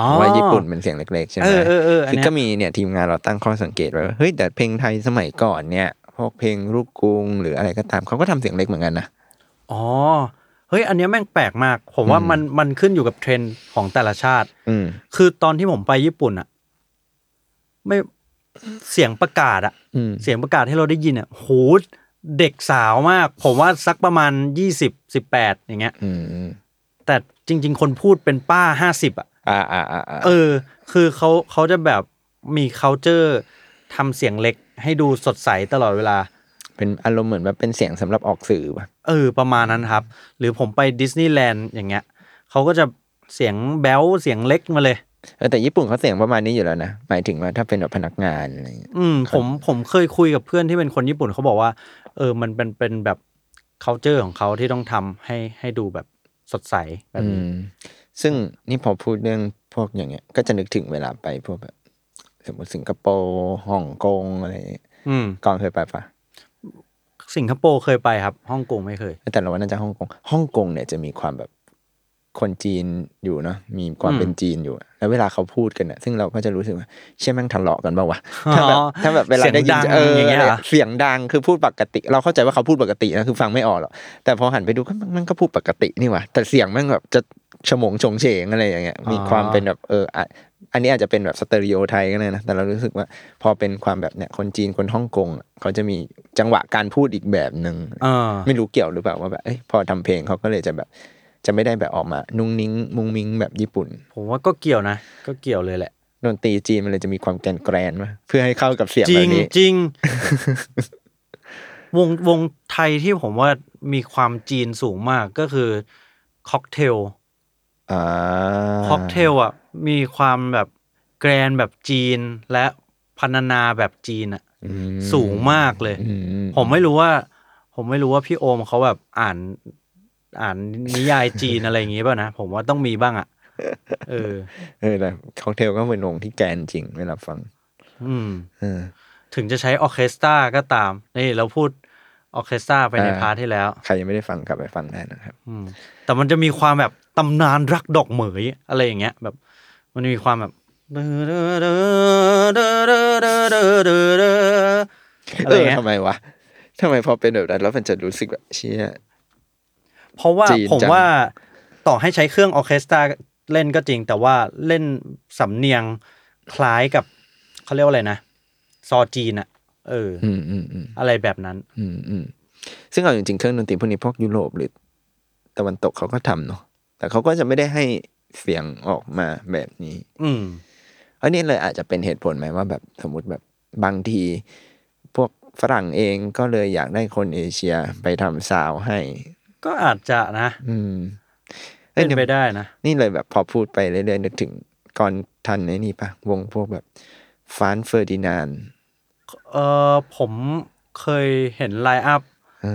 อ๋อ
ๆว่าญี่ปุ่นเป็นเสียงเล็กๆใช่ไหม
เออเออเอออัน
คือ
เนี้ย
ก็มีเนี่ยทีมงานเราตั้งข้อสังเกตไว้ว่าเฮ้ยแต่เพลงไทยสมัยก่อนเนี่ยพวกเพลงลูกกรุงหรืออะไรก็ตามเขาก็ทำเสียงเล็กเหมือนกันนะ
อ๋อ เฮ้ย อันเนี้ยแม่งแปลกมาก ผมว่า
อืม
มันมันขึ้นอยู่กับเทรนด์ของแต่ละชาติ
อืม
คือตอนที่ผมไปญี่ปุ่นอะไม่เสียงประกาศอะ
อืม
เสียงประกาศที่เราได้ยินอะโหเด็กสาวมาก ผมว่าสักประมาณยี่สิบสิบแปดอย่างเงี้ย
อืมอืม
แต่จริง ๆ คนพูดเป็นป้าห้าสิบอะ
อ่าอ่าอ่าา
เออ คือเขาเขาจะแบบมี c u เจอร์ทำเสียงเล็กให้ดูสดใสตลอดเวลา
เป็นอารมณ์เหมือนแบบเป็นเสียงสำหรับออกสื่อป่ะ
เออประมาณนั้นครับ หรือผมไปดิสนีย์แลนด์อย่างเงี้ยเขาก็จะเสียงแบ๊วเสียงเล็กมาเลย
เออแต่ญี่ปุ่นเขาเสียงประมาณนี้อยู่แล้วนะหมายถึงว่าถ้าเป็นแบบพนักงานอะไรอย่างเงี้ย
อืมผมผมเคยคุยกับเพื่อนที่เป็นคนญี่ปุ่นเขาบอกว่า เออมันเป็นเป็นแบบ c u เจอร์ของเขาที่ต้องทำให้ให้ดูแบบสดใสแบบ
อื
นี้
มซึ่งนี่พอพูดเรื่องพวกอย่างเงี้ย ก็จะนึกถึงเวลาไปพวกแบบ สมมติสิงคโปร์ฮ่องกงอะไรอย่างเงี้ย
อืม
ก่อนเคยไปปะ
สิงคโปร์เคยไปครับฮ่องกงไม่เคย
แต่เราว่าน่าจะฮ่องกงฮ่องกงเนี่ยจะมีความแบบคนจีนอยู่เนาะมีความ
อืม
เป็นจีนอยู่อะแล้วเวลาเขาพูดกันเนี่ยซึ่งเราก็จะรู้สึกว่าเชี่ยแม่งทะเลาะกันเปล่าวะถ้าแบบ
อ๋อ
ถ้าแบบเวลาได้ยิน
เสียงดัง
เออ
อย่างเงี้ยเหรอ
เสียงดังคือพูดปกติ เราเข้าใจว่าเขาพูดปกตินะคือฟังไม่ออกหรอกแต่พอหันไปดูก็มันมันก็พูดปกตินี่หว่าแต่เสียงแม่งแบบจะฉมงชงเฉงอะไรอย่างเงี้ยมีความเป็น แบบเอออ่ะอันนี้อาจจะเป็นแบบสเตอริโอไทยก็ได้นะ แต่เรารู้สึกว่าพอเป็นความแบบเนี่ยคนจีนคนฮ่องกงอ่ะเขาจะมีจังหวะการพูดอีกแบบหนึ่ง
เออ
ไม่รู้เกี่ยวหรือเปล่าว่าแบบเอ้ยพอทำเพลงเขาก็เลยจะแบบ จะไม่ได้แบบออกมา นุ่งนิ้ง มุงมิ้งแบบญี่ปุ่น
ผมว่าก็เกี่ยวนะ ก็เกี่ยวเลยแหละ
ดนตรีจีนมันเลยจะมีความแกนแกรนๆมาเพื่อให้เข้ากับเสียง
จริ
แบ
ง
บนี้
จริง วงวงไทยที่ผมว่ามีความจีนสูงมากก็คือค็อกเทล
อ่า
ค็อกเทลอ่ะมีความแบบแกรนแบบจีนและพรรณนาแบบจีนอ่ะ
อื
สูงมากเลย
อื
ผมไม่รู้ว่า ผมไม่รู้ว่าพี่โอมเขาแบบอ่าน อ่านนิยายจี นอะไรอย่างงี้ป่ะนะ ผมว่าต้องมีบ้างอ่ะ เออ
เออแต่ค็อกเทลก็เป็นวงที่แกนจริงเวลาฟัง
อืม
เออ
ถึงจะใช้ออร์เคสตราก็ตาม นี่เราพูดออร์เคสตราไปใน
อ่า
พาร์ทที่แล้ว
ใครยังไม่ได้ฟังกลับไปฟังได้นะครับ
อืม แต่มันจะมีความแบบตำนานรักดอกเหมยอะไรอย่างเงี้ย แบบ มันมีความแบบอะไร
เอ
อ
อง
ย่าเงี้ย
ทำไมวะทำไมพอเป็นแบบนั้นแล้วมันจะรู้สึกแบบเชี่ย
เพราะว่า
จีน
ผม
จัง
ว่าต่อให้ใช้เครื่องออร์เคสตราเล่นก็จริง แต่ว่าเล่นสำเนียงคล้ายกับเขาเรียกว่าอะไรนะ ซอจีนอะเอออ
อืมอืมอืม
อะไรแบบนั้น
อืมอืมซึ่งเอาจริงๆเครื่องดนตรีพวกนี้พวกยุโรปหรือตะวันตกเขาก็ทำเนาะแต่เขาก็จะไม่ได้ให้เสียงออกมาแบบนี้
อืม
อันนี้เลยอาจจะเป็นเหตุผลไหมว่าแบบสมมติแบบบางที พวกฝรั่งเองก็เลยอยากได้คนเอเชียไปทำซาวด์ให้
ก็อาจจะนะ
อืมอ้
เป็
ย
น
ดี๋ยว
ไปได้นะ
นี่เลยแบบพอพูดไปเรื่อยๆนึกถึงก่อนทันไอ้นี่ปะวงพวกแบบฟานเฟอร์ดินาน
เออผมเคยเห็นไลน์อัพ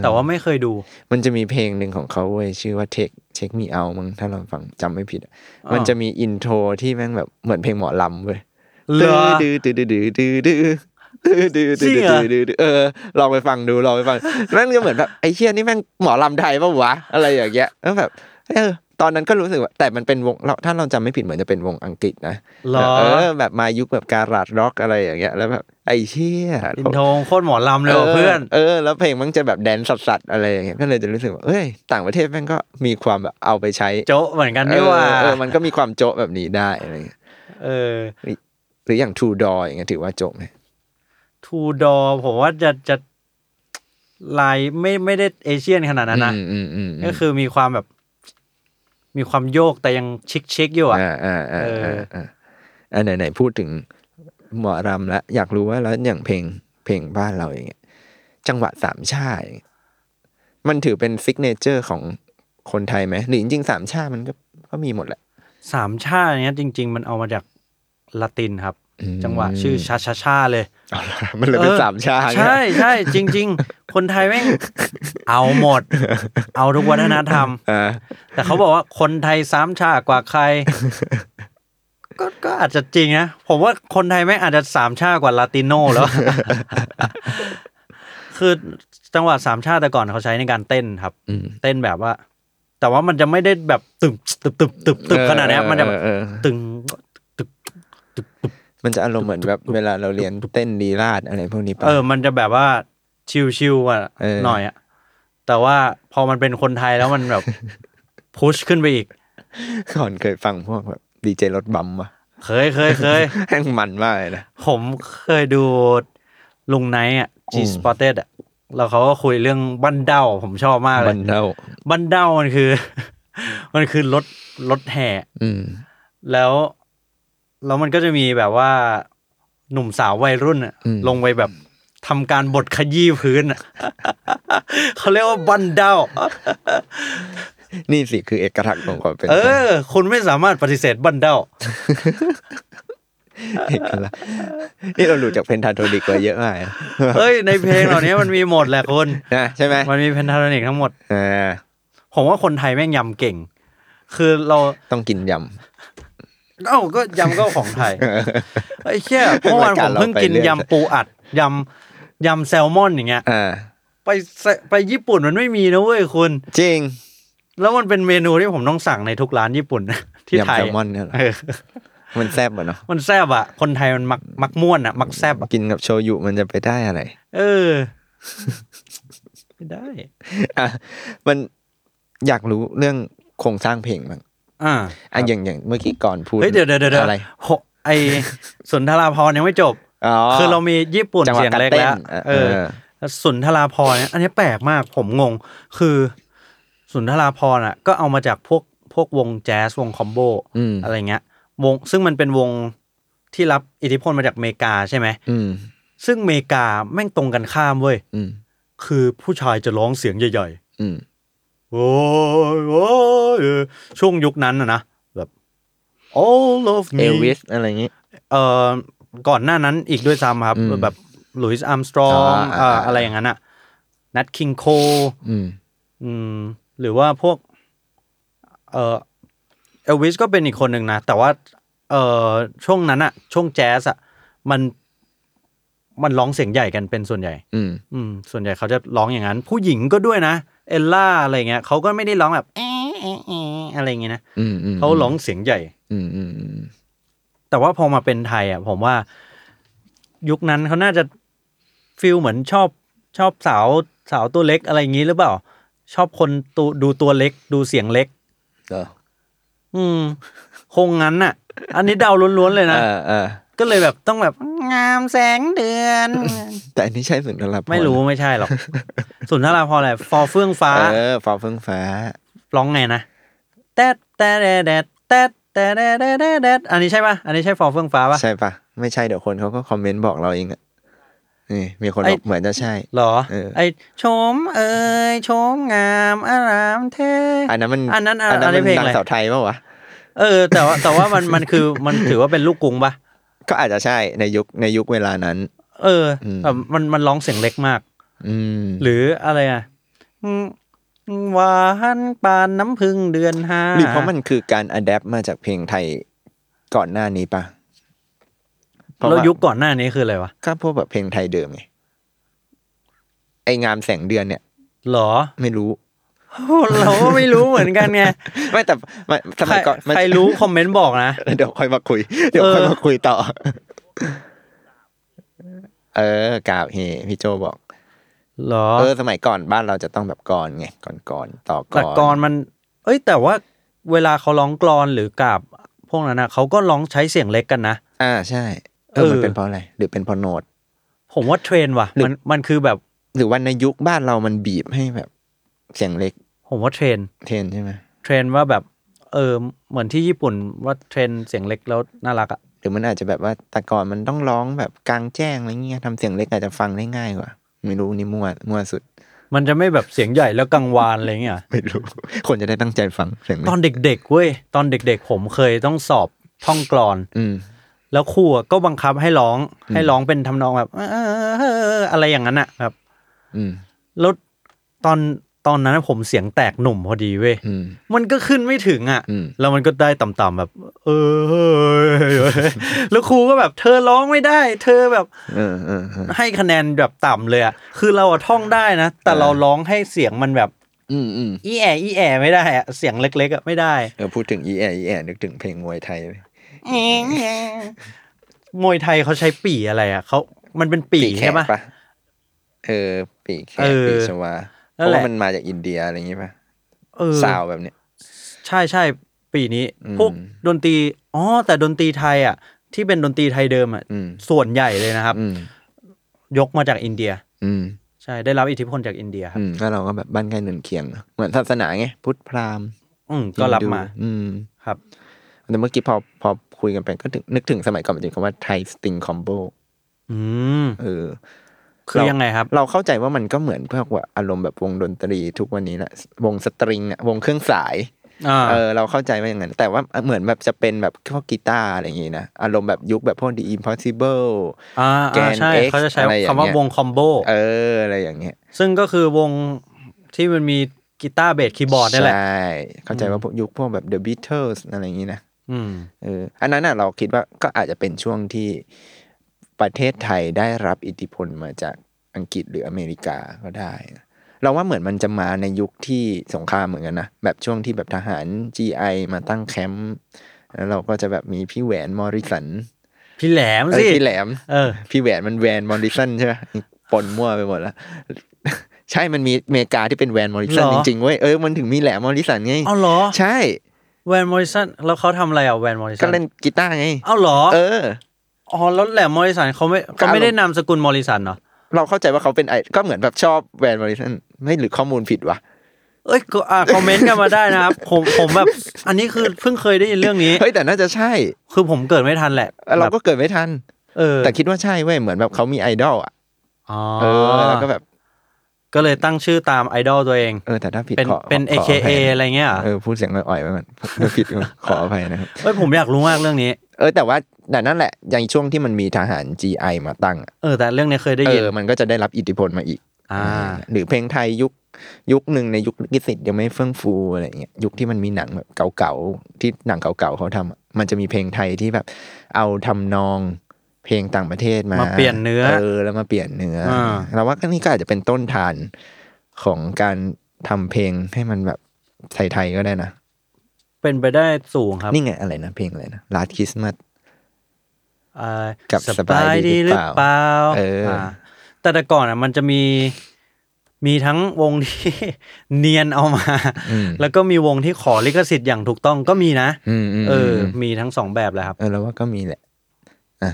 แต่ว่าไม่เคยดู
มันจะมีเพลงหนึ่งของเขาเว้ยชื่อว่า Take Take Me Out มั้งถ้าเราฟังจำไม่ผิดอะ
อ่ามั
มันจะมีอินโทรที่แม่งแบบเหมือนเพลงหมอลำเว้ย
เหลือ
ดื้อดื้อดื้อดื้อดื้อดื้อดื้อดื้อ
จริ
ดื้อง
เหรอ
ดื้อดื้อเออลองไปฟังดูลองไปฟัง แม่งจะเหมือนแบบไอ้เชี่ยนี่แม่งหมอลำไทยปะวะอะไรอย่างเงี้ยแล้วแบบเออตอนนั้นก็รู้สึกว่าแต่มันเป็นวงเราถ้าเราจำไม่ผิดเหมือนจะเป็นวงอังกฤษนะ
เหรอ
เออแบบมายุคแบบการาดร็อกอะไรอย่างเงี้ยแล้วแบบไอ้เชี่ย
อินโทงโคตรหมอลำเลยว่ะเพื่อน
เออแล้วเพลงมันจะแบบแดนสัดๆอะไรอย่างเงี้ยก็เลยจะรู้สึกว่าเอ้ยต่างประเทศแม่งก็มีความแบบเอาไปใช้
โจะเหมือนกันนี่หว่า
เออเออมันก็มีความโจะแบบนี้ได้อะไรเงี้ย
เออ
หรืออย่างทูดอยอย่างเงี้ยถือว่าโจะไหม
ทูดอผมว่าจะจะลายไม่ไม่ได้เอเชียนขนาดนั้นนะ
อืมอืมอืม
ก็คือมีความแบบ มีความโยกแต่ยังชิคชิคๆอยู่อ่ะ
อ่าอ่าอ่าอ่าอ่าอ่าไหนไหนๆพูดถึงหมอรำแล้วอยากรู้ว่าแล้วอย่างเพลงเพลงบ้านเราอย่างเงี้ยจังหวะสามชาอย่างเงี้ยมันถือเป็นซิกเนเจอร์ของคนไทยไหมหรือจริงๆสามชามันก็ก็มีหมดแหละ
สามชาติเนี้ยจริง ๆ มันเอามาจากละตินครับ
อืม
จังหวะชื่อชาชาชาเลย
เอาล่ะมันเลยเป็น
เออ
สามชาติ
ใช่ใช่จริง ๆ คนไทยแม่ง เอาหมด เอาทุกวัฒนธรรม
อ่า
แต่เขาบอกว่าคนไทยสามชาติกว่า ใคร ก็ก็อาจจะจริงนะ ผมว่าคนไทยแม่งอาจจะสามชาติกว่าลาติโนแล้ว คือจังหวะสามชาติแต่ก่อนเขาใช้ในการเต้นครับ
อืม
เต้นแบบว่า แต่ว่ามันจะไม่ได้แบบตึบตึบตึบตึบตึบขนาดเนี้ยมันจะแบบ
เออเออ
ตึงตึบตึบตึบ
มันจะอารมณ์เหมือนแบบเวลาเราเรียนเต้นลีลาดอะไรพวกนี้ป่ะ
เออ มันจะแบบว่าชิวชิวๆอ่ะ
เออ
หน่อยอ่ะแต่ว่าพอมันเป็นคนไทยแล้วมันแบบ พุชขึ้นไปอีก
ก่อนเคยฟังพวกแบบดีเจรถบัมป่ะ
เคยเคยเคย
แห่งมันมากเลยนะ
ผมเคยดูลุงไนท์อ่ะ G Spotted อ่ะ แล้วเขาก็คุยเรื่องบันเด้าผมชอบมากเล
มั
ย
นเน่า
บันเด้ามันคือ มันคือรถรถแห่
อืม
แล้วแล้วมันก็จะมีแบบว่าหนุ่มสาววัยรุ่นอะ
อืม
ลงไปแบบ ทำการบดขยี้พื้นอะ เขาเรียกว่าบันเดา
นี่สิคือเอกลักษณ์ของความเป็น
เออ คุณไม่สามารถปฏิเสธบัน เดา
เอกลักษณ์นี่เราหลุดจากเพนทาโทนิกมาเยอะมากนะ
เอ้ย ในเพลงเหล่านี้มันมีหมดแหละคุณ
นะใช่ไหม
มันมีเพนทาโทนิกทั้งหมด
อ่า
ผมว่าคนไทยแม่งยำเก่ง คือเรา
ต้องกินย
เอ้าก็ยำก็ของไทย
ำ
ไอ้เชี่ยเมื่อวานผมเพิ่งกิน
รายการเราไปเรื่อย
ยำปูอัดยำยำแซลมอนอย่างเงี้ย
อ่า
ไปเซไปญี่ปุ่นมันไม่มีนะเว้ยคุณ
จริง
แล้วมันเป็นเมนูที่ผมต้องสั่งในทุกร้านญี่ปุ่น ที่ไท
ยำ
ย
แซลมอนเนี่ยเหรอ
เออ
มันแซบเหรอเนาะ
มันแซบอ่ะ คนไทยมันมักมักม่วนอ่ะ มักแซบอ่ะ
กินกับโชยุมันจะไปได้อะไร
เออ ไม่ได้
อ่ะมันอยากรู้เรื่องโครงสร้างเพลงบ้าง
อ่า
อ่ะอย่างอย่างเมื่อกี้ก่อนพูด
เฮ้ยเดี๋ยวเดี๋ยวเดี๋ยว
อะไร
โหไอ สุนทราพรณ์ยังไม่จบ
อ๋อ
คือเรามีญี่ปุ่น
จังหวะ
เสียง
การ
เล็ก
เต้น
แล้ว
อ่ะ
เออ
เออ
สุนทราพรณ์เนี่ยอันนี้แปลกมากผมงง คือสุนทราพรณ์อ่ะ ก็เอามาจากพวกพวกวงแจ๊สวงคอมโบ
อืม
อะไรเงี้ยวงซึ่งมันเป็นวงที่รับอิทธิพลมาจากอเมริกาใช่ไหม
อืม
ซึ่งอเมริกาแม่งตรงกันข้ามเว้ย
อืม
คือผู้ชายจะร้องเสียงใหญ่
อืม
ๆ โอ้ยโอ้ยเออช่วงยุคนั้นนะนะ แบบ all of
เอ
me
ลวิสอะไรอย่างงี้
เอ่อก่อนหน้านั้นอีกด้วยซ้ำครับ
อืม
แบบลุยส์อัมสตรอง
อ่าอ่า
อะไรอย่างนั้นอะนัทคิงโค
อืม
อืมหรือว่าพวก เออเอลวิสก็เป็นอีกคนหนึ่งนะ แต่ว่า เออช่วงนั้นอะช่วงแจ๊สอะมัน มันร้องเสียงใหญ่กันเป็นส่วนใหญ่
อืม
อืม ส่วนใหญ่เขาจะร้องอย่างนั้น ผู้หญิงก็ด้วยนะ เอลล่าอะไรเงี้ยเขาก็ไม่ได้ร้องแบบเอ๊ ะเอ๊ะเอ๊ะอะไรเงี้ยนะ
อืมม
เขาร้องเสียงใหญ่
อืมอืมอืม
แต่ว่าพอมาเป็นไทยอ่ะ ผมว่า ยุคนั้นเขาน่าจะฟิลเหมือนชอบชอบสาวสาวตัวเล็กอะไรอย่างนี้หรือเปล่า ชอบคนตัวดูตัวเล็ก ดูเสียงเล็ก
เออ
อืม คงงั้นน่ะ อันนี้เดาล้วนๆเลยนะ
เออเออ
ก็เลยแบบต้องแบบงามแสงเดือน
แต่อันนี้ใช่สุนทรภพ
ไม่ รู้ไม่ใช่หรอก สุนทราพรณ์อะไรฟอเฟื่องฟ้า
เออฟ้าเฟื่องฟ้า
ร้องไงนะแตดแต่แดดแตดแต่แดดแดดแดดอันนี้ใช่ปะอันนี้ใช่ฟอเฟื่องฟ้าปะ
ใช่ปะไม่ใช่เดี๋ยวคนเขาก็คอมเมนต์บอกเราเองอะนี่มีคน
ไอ้
บอกเหมือนจะใช่
เหรอ
เออ
ไอชมเอ่ยชมงามอารามเท
อันนั้นมัน
อันนั้นอัน
อันนั้น
อันนี้
มัน
เพลง
นาง
อะไร
สาวไทยปะวะ
เออ แต่ว่าแต่ว่ามันมันคือมันถือว่าเป็นลูกกรุงปะ
ก็อาจจะใช่ในยุคในยุคเวลานั้น
เอออ
ม
แบบมันมันร้องเสียงเล็กมาก
อืม
หรืออะไรอ่ะอืมหวานปานน้ำพึ่งเดือนห้า
หรือเพราะมันคือการอัดแอปมาจากเพลงไทยก่อนหน้านี้ปะเพราะ
แล้ว
ว่า
ยุคก่อนหน้านี้คืออะไรวะ
ก็พวกแบบเพลงไทยเดิมไงไองามแสงเดือนเนี่ย
หรอ
ไม่รู้
เราก็ไม่รู้เหมือนกัน ไง
ไม่แต่ไม่ส
ใคร
มัยก่อนมัน
ใครรู้คอมเมนต์บอกนะ
เดี๋ยวค่อยมาคุย เดี๋ยวค่อยมาคุยต่อ เออกราบเฮพี่โจบอก
หรอ
เออ สมัยก่อนบ้านเราจะต้องแบบกรไงกรกรต่อ
แต่ก
ก
ลอ
ร
นมัน เอ้ย แต่ว่าเวลาเขาร้องกลอนหรือกราบพวกนั้นนะเขาก็ร้องใช้เสียงเล็กกันนะ
อ่าใช่ เออ มัน
เออ
เป็นเพราะอะไร หรือเป็นเพราะโนด
ผมว่าเทรนด์ว่ะ
หรือ
มันมันคือแบบ
หรือว่าในยุคบ้านเรามันบีบให้แบบ เสียงเล็ก
ผมว่าเทรนด์
เทรนใช่ไหม
เทรนด์ว่าแบบ เออ เหมือนที่ญี่ปุ่นว่าเทรนด์เสียงเล็กแล้วน่ารักอะ
หรือมันอาจจะแบบว่าแต่ก่อนมันต้องร้องแบบกลางแจ้งอะไรเงี้ยทำเสียงเล็กอาจจะฟังได้ง่ายกว่า ไม่รู้นี่มั่วมั่วสุด
มันจะไม่แบบเสียงใหญ่แล้วกังวานอะไรเงี้ย
ไม่รู้ คนจะได้ตั้งใจฟังเสียงเล็
ต
ก
อนเด็กๆเว้ย ตอนเด็กๆ ผมเคยต้องสอบท่องกลอน
อืม
แล้วครูอะก็บังคับให้ร้อง
อืม
ให้ร้องเป็นทำนองแบบเออเออเอออะไรอย่างนั้นอะแบบ
อืม
แล้วตอนตอนนั้นผมเสียงแตกหนุ่มพอดีเว้ย
อืม
มันก็ขึ้นไม่ถึงอะ
อืม
แล้วมันก็ได้ต่ำๆแบบ เออเออเออแล้วครูก็แบบ เธอร้องไม่ได้ เธอแบบ
เออเออเออ
ให้คะแนนแบบต่ำเลยอะคือเราอะท่องได้นะ แต่
เออ
เราร้องให้เสียงมันแบบ
อืมอืม
อีแออีแอไม่ได้อะเสียงเล็กๆอะไม่ได้
เออพูดถึงอีแออีแอนึกถึงเพลงมวยไทยเลย
มวยไทยเขาใช้ปี่อะไรอะเขามันเป็นปี่ใช่ปะ
ปีกแขกปะเออ ปีกแข
เอก อ
ปีกชวาเพ
นั่น
ราะ
แหละ
ว่ามันมาจากอินเดียอะไรอย่างงี้ป่ะ
เออ
ซาวแบบเนี้ย
ใช่ใช่ปีนี้
อืม
พวกดนตรีอ๋อแต่ดนตรีไทยอะที่เป็นดนตรีไทยเดิมอะ
อืม
ส่วนใหญ่เลยนะครับ
อืม
ยกมาจากอินเดีย
อืม
ใช่ได้รับอิทธิพลจากอินเดียครับ
อืมแล้วเราก็แบบบ้านใกล้เนินเคียงเนอะเหมือนศาสนาไงพุทธพราหมณ์
อืมก็รับมา
ฮินดูอืม
ครับ
แต่เมื่อกี้พอพอคุยกันไปก็ถึงนึกถึงสมัยก่อนมันจะมีคำว่าไทยสติงคอมโบ
อืม
เออ
คือ
เรา
ยังไงครับ
เราเข้าใจว่ามันก็เหมือนพวกว่าอารมณ์แบบวงดนตรีทุกวันนี้แหละวงสตริงอะวงเครื่องสาย
อ่า
เออเราเข้าใจว่าอย่างนั้น แต่ว่าเหมือนแบบจะเป็นแบบพวกกีตาร์อะไรอย่างงี้นะ อารมณ์แบบยุคแบบพวก The Impossible
อ่า
แกน
อ่าใช่
X
เขาจะใช้
อะไรอย่างเงี้ย
คำว่าวงคอมโบ
เอออะไรอย่างเงี้ย
ซึ่งก็คือวงที่มันมีกีตาร์เบสคีย์บอร์ดนี่แหละ
ใช่เข้าใจว่าพวกยุคพวกแบบ The Beatles อะไรอย่างงี้นะ
อืม
เอออันนั้นน่ะเราคิดว่าก็อาจจะเป็นช่วงที่ประเทศไทยได้รับอิทธิพลมาจากอังกฤษหรืออเมริกาก็ได้ เราว่าเหมือนมันจะมาในยุคที่สงครามเหมือนกันนะ แบบช่วงที่แบบทหาร GI มาตั้งแคมป์แล้วเราก็จะแบบมีพี่แหวนมอริสัน
พี่แหลม
เออ
สิ
พี่แหลม
เออ
พี่แหวนมันแวนมอริสันใช่ไหมปนมั่วไปหมดแล้ว ใช่มันมีอเมริกาที่เป็นแวนมอริสัน
เหรอ
จริงๆเว้ยเออมันถึงมีแหลมมอริสันไง
เอาเหรอ
ใช่
แวนมอริสันแล้วเขาทำอะไรอ่ะแวนมอริสัน
ก็เล่นกีตาร์ไง
เอาเหรอ
เออ
อ๋อแล้วแหลมมอริสันเขาไม่เขาไม่ได้นามสกุลมอริสันเนาะ
เราเข้าใจว่าเขาเป็นไอก็เหมือนแบบชอบแวนมอริสันไม่หรือข้อมูลผิดวะ
เอ้ยก็อ่าคอมเมนต์กันมาได้นะครับ ผมผมแบบ อันนี้คือเพิ่งเคยได้ยินเรื่องนี้
เฮ้ยแต่น่าจะใช่
คือผมเกิดไม่ทันแหละ
เรา
แบบ
ก็เกิดไม่ทัน
เออ
แต่คิดว่าใช่เว้ยเหมือนแบบเขามีไอดอลอ่ะ
อ๋อ
เออแล้วก็แบบ
ก็เลยตั้งชื่อตามไอดอลตัวเอง
เออแต่ถ้าผิด
เป็น
ขอ
เป็น
ขภัย
AKA อะไรเงี้ยเหรอ
เออพูดเสียงอ่อยๆไว้มัน ถ้าผิดก็ ขออภัยนะครับ
เอ้ยผมอยากรู้มากเรื่องนี้
เออแต่ว่าแต่นั่นแหละอย่างช่วงที่มันมีทหาร GI มาตั้งอะ
เออ แต่เรื่องนี้เคยได้
เอ
ยิน
อมันก็จะได้รับอิทธิพลมาอีก
อ่า
หรือเพลงไทยยุคยุคหนึ่งในยุคลิขสิทธิ์ยังไม่เฟื่องฟูอะไรอย่างเงี้ยยุคที่มันมีหนังแบบเก่าๆที่หนังเก่าๆเขาทำอะมันจะมีเพลงไทยที่แบบ เอาทำนองเพลงต่างประเทศมา
มา
มา
เปลี่ยนเนื้อ
เออแล้วมาเปลี่ยนเนื้ออา เราว่าก็นี่ก็อาจจะเป็นต้นทานของการทำเพลงให้มันแบบไทยๆก็ได้นะ
เป็นไปได้สูงครับ
นี่ไงอะไรนะเพลงอะไรนะ Last Christmas
อ่า
กับสบายดีหรือเปล่าเอออ่
าแต่แต่ก่อนอ่ะมันจะมีมีทั้งวงที่ เนียนเอามา
อืม
แล้วก็มีวงที่ขอลิขสิทธิ์อย่างถูกต้องก็มีนะ
อืมอืม
เออ
ม
มีทั้งสองแบบแหละครับ
เออแล้วว่าก็มีแหละ อ่ะ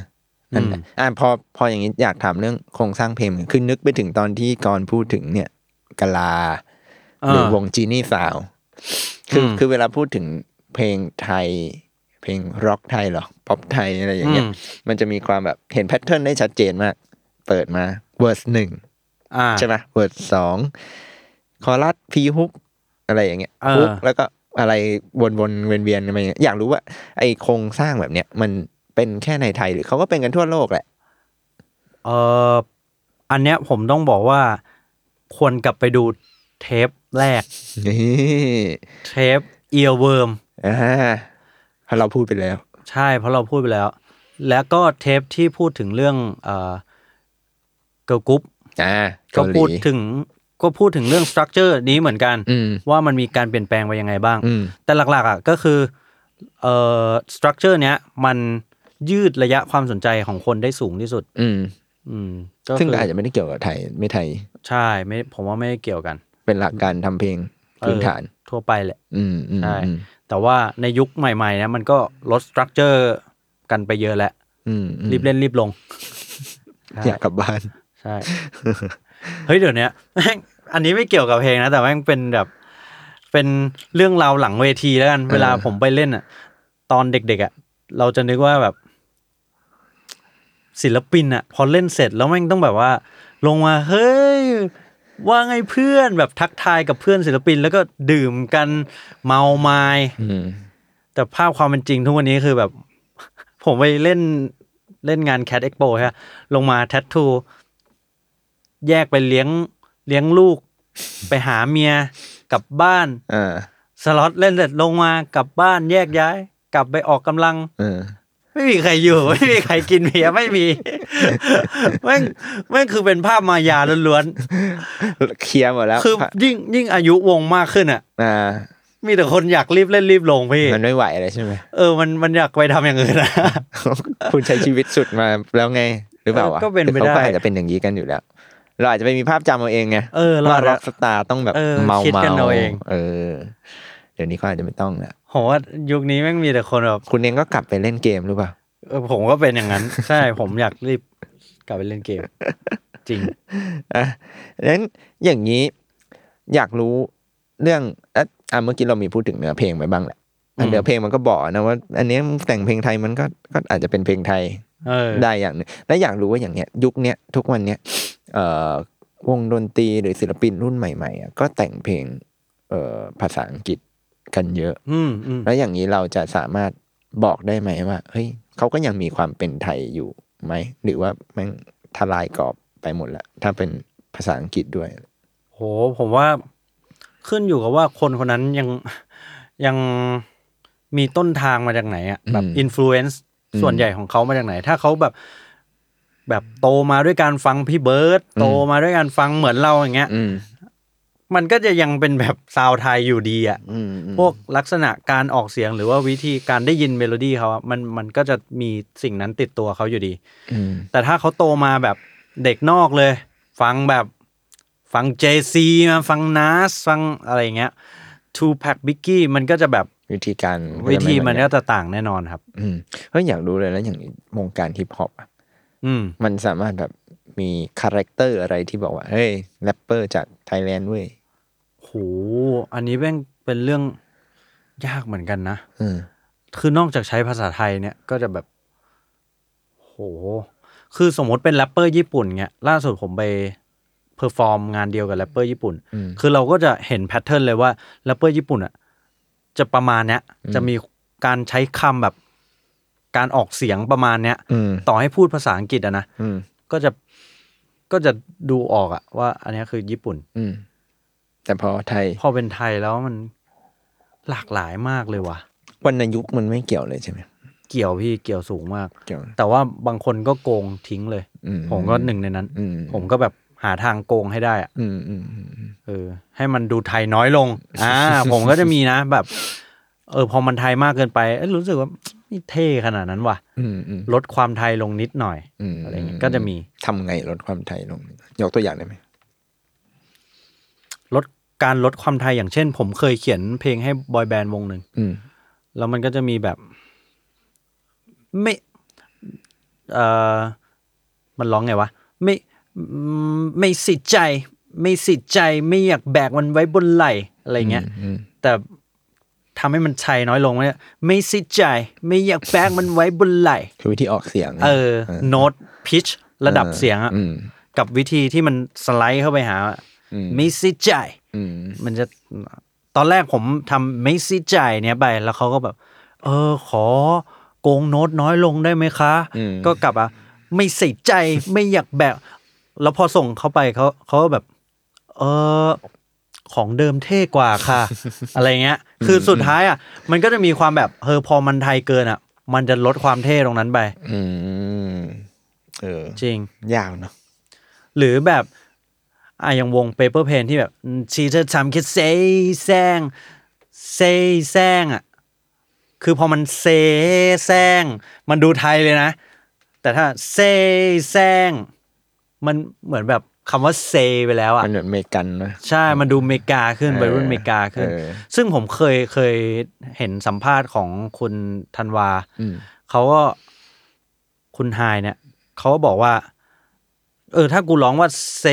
นั่นแหละอ่ะพอพออย่างนี้อยากถามเรื่องโครงสร้างเพลงคือนึกไปถึงตอนที่กรพูดถึงเนี่ยกะลา
เออ
หรือวงจีนี่สาว คือ
ม
คือเวลาพูดถึงเพลงไทย เพลงร็อกไทยเหรอ ป๊อปไทยอะไรอย่างเงี้ย
ม
มันจะมีความแบบเห็นแพทเทิร์นได้ชัดเจนมาก เปิดมาเวอร์สหนึ่ง
อ่า
ใช่ไหมเวอร์สสองคอรัสพีฮุกอะไรอย่างเงี้ย
เออ
ฮุกแล้วก็อะไรวนๆเวียนๆกันไปอย่างเงี้ยอยากรู้ว่าไอโครงสร้างแบบเนี้ยมันเป็นแค่ในไทยหรือเขาก็เป็นกันทั่วโลกแหละ
เอออันเนี้ยผมต้องบอกว่า ควรกลับไปดูเทปแรก
นี่
เทปเอียเวิร์ม
อ่าเพราะเราพูดไปแล้ว
ใช่เพราะเราพูดไปแล้ว แล้วก็เทปที่พูดถึงเรื่องเอ่อเกิร์ลกรุ๊ป
อ่า
ก็
เาหลี
พูดถึงก็พูดถึงเรื่องสตรัคเจอร์นี้เหมือนกัน
อืม
ว่ามันมีการเปลี่ยนแปลงไปยังไงบ้าง
อืม
แต่หลักๆอ่ะก็คือเอ่อสตรัคเจอร์เนี้ยมันยืดระยะความสนใจของคนได้สูงที่สุด
อืม
อืมก็
ซึ่ง
คื
ก็อาจจะไม่ได้เกี่ยวกับไทย ไม่ไทย
ใช่ไม่ผมว่าไม่ได้เกี่ยวกัน
เป็นหลักการทำเพลง
เออ
พื้นฐาน
ทั่วไปแหละ
อืมอืม
ใช่
อืม
แต่ว่าในยุคใหม่ๆนะมันก็ลดสตรัคเจอร์กันไปเยอะแล้ว
อืมอืม
รีบเล่นรีบลง
อยากกลับบ้าน
ใช่ เฮ้ยเดี๋ยวเนี้ย แม่งอันนี้ไม่เกี่ยวกับเพลงนะ แต่แม่งเป็นแบบ เป็นเรื่องราวหลังเวทีแล้วกัน เวลาผมไปเล่นอ่ะ ตอนเด็กๆอ่ะ เราจะนึกว่าแบบ ศิลปินอ่ะ พอเล่นเสร็จแล้วแม่งต้องแบบว่า ลงมาเฮ้ย ว่าไงเพื่อนแบบทักทายกับเพื่อนศิลปิน แล้วก็ดื่มกันเมาไม้
อืม
แต่ภาพความเป็นจริงทุกวันนี้คือแบบ ผมไปเล่นเล่นงาน Cat Expo ใช่ปะลงมาแทททู แยกไปเลี้ยงเลี้ยงลูก ไปหาเมียกลับบ้าน
อ่า
สล็อตเล่นเสร็จลงมากลับบ้านแยกย้าย กลับไปออกกำลัง
เออ
ไม่มีใครอยู่ ไม่มีใครกินเบียร์ไม่มี แม่งแม่งคือเป็นภาพมายาล้วน
เคลียร์หมดแล้ว
ๆคือยิ่งยิ่งอายุวงมากขึ้นอ่ะ
อ่า
มีแต่คนอยากรีบเล่นรีบลงพี่
มันไม่ไหวอะไรใช่ไหม
เออมันมันอยากไปทำอย่างอื่นนะ
คุณใช้ชีวิตสุดมาแล้วไง หรือเปล่าวะ
เออก็เป็นไป
แต่ขา
ได้
อาจจะเป็นอย่างนี้กันอยู่แล้ว เราอาจจะไปมีภาพจำเอาเองไง
เออเรา
ว่าร็อกสตาร์ต้องแบบ
เออ
เมา
คิด
เมา
กันเอาเอง
เออ เดี๋ยวนี้เขาอาจจะไม่ต้องแล้ว
ผมว่ายุคนี้แม่งมีแต่คนแบบ
คุณเองก็กลับไปเล่นเกมหรือเปล่า
เออผมก็เป็นอย่าง นั้น ใช่ผมอยากรีบกลับไปเล่นเกม จริง
อ่ะนั้นอย่างนี้อยากรู้เรื่องอ่ะอ่ะเมื่อกี้เรามีพูดถึงเนื้อเพลงไปบ้างแหละอ่ะ
อืม
เนื้อเพลงมันก็บอกนะว่า อันเนี้ยมันแต่งเพลงไทยมันก็ก็อาจจะเป็นเพลงไทย
เออ
ได้อย่างหนึงแล้วอยากรู้ว่าอย่างเนี้ย ยุคเนี้ยทุกวันเนี้ย เอ่อวงดนตรีหรือศิลปินรุ่นใหม่ๆอ่ะก็แต่งเพลงเอ่อภาษาอังกฤษกันเยอะ
อืมอืม
แล้วอย่างนี้เราจะสามารถบอกได้ไหมว่า เฮ้ยเขาก็ยังมีความเป็นไทยอยู่ไหม หรือว่าแมันทลายกรอบไปหมดละ ถ้าเป็นภาษาอังกฤษด้วย
โหผมว่าขึ้นอยู่กับว่าคนคนนั้นยัง ยังมีต้นทางมาจากไหนอะแบบ
อืม
อินฟลูเอนซ์
อืม
ส่วนใหญ่ของเขามาจากไหน ถ้าเขาแบบ แบบโตมาด้วยการฟังพี่เบิร์ด
อืม
โตมาด้วยการฟังเหมือนเราอย่างเงี้ย
อืม
มันก็จะยังเป็นแบบซาวด์ไทยอยู่ดีอะ
อืมอืม
พวกลักษณะการออกเสียงหรือว่าวิธีการได้ยินเมโลดี้เขาอะมันมันก็จะมีสิ่งนั้นติดตัวเขาอยู่ดี
อืม
แต่ถ้าเขาโตมาแบบเด็กนอกเลย ฟังแบบฟังเจซีมาฟังนัสฟังอะไรอย่างเงี้ยทูแพ็กบิกกี้มันก็จะแบบ
วิธีการ
วิธีมัน
เย
ก็จะต่างแน่นอนครับ
อืมเฮ้ยอยากรู้เลยแล้วอย่างวงการฮิปฮอปอะ
อืม
มันสามารถแบบมีคาแรคเตอร์อะไรที่บอกว่า เฮ้ยแรปเปอร์จากไทยแลนด์เว้ย
โห อันนี้แม่งเป็นเรื่องยากเหมือนกันนะ
อืม
คือนอกจากใช้ภาษาไทยเนี่ยก็จะแบบ โห คือสมมติเป็นแรปเปอร์ญี่ปุ่นเงี้ยล่าสุดผมไปเพอร์ฟอร์มงานเดียวกับแรปเปอร์ญี่ปุ่น
อืม
คือเราก็จะเห็นแพทเทิร์นเลยว่าแรปเปอร์ญี่ปุ่นอ่ะจะประมาณเนี้ย
อืม
จะมีการใช้คำแบบ การออกเสียงประมาณเนี้ย
อืม
ต่อให้พูดภาษาอังกฤษอะนะ
อืม
ก็จะก็จะดูออกอะว่า อันเนี้ยคือญี่ปุ่น
อืมแต่พอไทย
พอเป็นไทยแล้วมันหลากหลายมากเลยว่ะ
วรรณยุกต์มันไม่เกี่ยวเลยใช่ไหม
เกี่ยวพี่เกี่ยวสูงมาก
เกี่ยว
แต่ว่าบางคนก็โกงทิ้งเลย
อื
ผมก็หนึ่งในนั้น
อืม
ผมก็แบบหาทางโกงให้ได้อะ
อืมอืมอืมอืม
เออ ให้มันดูไทยน้อย ลง อ่า ผมก็จะมีนะแบบ เออ พอมันไทยมากเกินไปเอ้ยรู้สึกว่านี่เท่ขนาดนั้นว่ะ
อืมอืม
ลดความไทยลงนิดหน่อย
ม
อะไรเงี้ยก็จะมี
ทำไงลดความไทยลง ยกตัวอย่างได้ไหม
ลดการลดความไทยอย่างเช่น ผมเคยเขียนเพลงให้บอยแบนด์วงหนึ่ง
อืม
แล้วมันก็จะมีแบบ ไม่เอ่อมันร้องไงวะ ไม่อืมไม่สิใจ ไม่สิใจไม่อยากแบกมันไว้บนไหลอะไรเงี้ย
อืมอืม
แต่ทำให้มันชัยน้อยลงเนี่ยไม่สิใจ ไม่อยากแบกมันไว้บนไหล
คือวิธีออกเสียงนะ
เออ โน้ตพิชระดับเสียงอะ
อืม
กับวิธีที่มันสไลด์เข้าไปหาอะ
อืม
ไม่สิใจ
อืม
มันจะตอนแรกผมทำไม่ซีจ่ายเนี่ยไปแล้วเขาก็แบบ เออ ขอโกงโน้ตน้อยลงได้ไหมคะ
อืม
ก็กลับอ่ะไม่ใส่ใจ ไม่อยากแบบ แล้วพอส่งเขาไปเขาเขาก็แบบ เออ ของเดิมเท่กว่า ค่ะ อะไรเงี้ย คือสุดท้ายอ่ะ มันก็จะมีความแบบเออพอมันไทยเกินอ่ะ มันจะลดความเท่ตรงนั้นไป
อืมเออ
จริง
ยาวเนาะ
หรือแบบอ่ะอย่างวง Paper p a n ที่แบบชีเธอทำแค่เซแซงเซแซงอ่ะ คือพอมันเซแซงมันดูไทยเลยนะ แต่ถ้าเซแซงมันเหมือนแบบคำว่าเซไปแล้วอ่ะ
มันเหมือนอเมริกันนะ
ใช่ มันดูอเมริกาขึ้น
เออ
วัยรุ่นอเมริกาขึ้น
เออ
ซึ่งผมเคยเคยเห็นสัมภาษณ์ของคุณธันวา
อืม
เขาก็คุณไฮายเนี่ย เขาก็บอกว่า เออ ถ้ากูร้องว่าเซ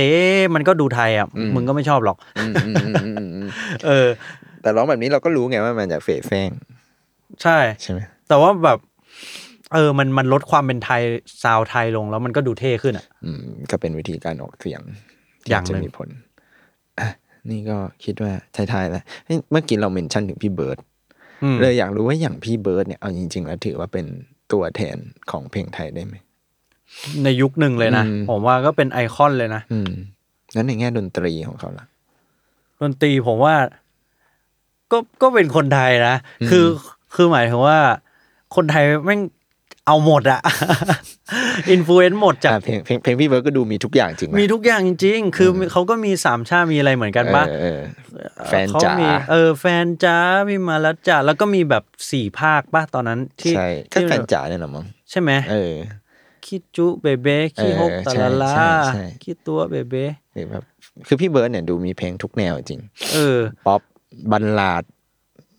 มันก็ดูไทยอ่ะ มึงก็ไม่ชอบหรอก
อืมอืมอืมอืมอืม
เออ
แต่ร้องแบบนี้เราก็รู้ไงว่ามันจากเฟซแฟง
ใช่
ใช่ไหม
แต่ว่าแบบ เออ มันมันลดความเป็นไทยซาวไทยลงแล้วมันก็ดูเท่ขึ้นอ่ะ
อืม ก็เป็นวิธีการออกเสียงที่
อย่างหนึ่
จะ
ง
มีผลอ่ะนี่ก็คิดว่าไทยๆแล้วเฮ้ยเมื่อกี้เราเมนชั่นถึงพี่เบิร์ด
อืม
เลยอยากรู้ว่าอย่างพี่เบิร์ดเนี่ยเอาจริง ๆ แล้วถือว่าเป็นตัวแทนของเพลงไทยได้ไหม
ในยุคหนึ่งเลยนะ
อืม
ผมว่าก็เป็นไอคอนเลยนะ
อืมแล้วในแง่ดนตรีของเขาล่ะ
ดนตรีผมว่าก็ก็เป็นคนไทยนะ
อืม
คือคือหมายถึงว่า คนไทยแม่งเอาหมดอะ อินฟลูเอนซ์หมดจาก
อ่ะเพลงเพลงเพลงพี่เบิร์ดก็ดูมีทุกอย่างจริงไห
มีทุกอย่างจริงๆ คือเขาก็มีสามชาติมีอะไรเหมือนกันปะ
เออเออแฟน
เขา
จ๋า
มีเออแฟนจ้ามีมาลัดจ้าแล้วก็มีแบบสี่ภาคปะตอนนั้นที่
ใช่ก็
ที่
แฟนจ๋าเนี่ยเหรอมั้ง
ใช่ไหม
เออ
คิดจุเบเบ้คิฮก
เออ
ตะละลา
ใช่ใช่ใช่
คิดตัวเบเบ้
หรือแบบคือพี่เบิร์ดเนี่ยดูมีเพลงทุกแนวจริง
เออ
ป๊อปบัลลาด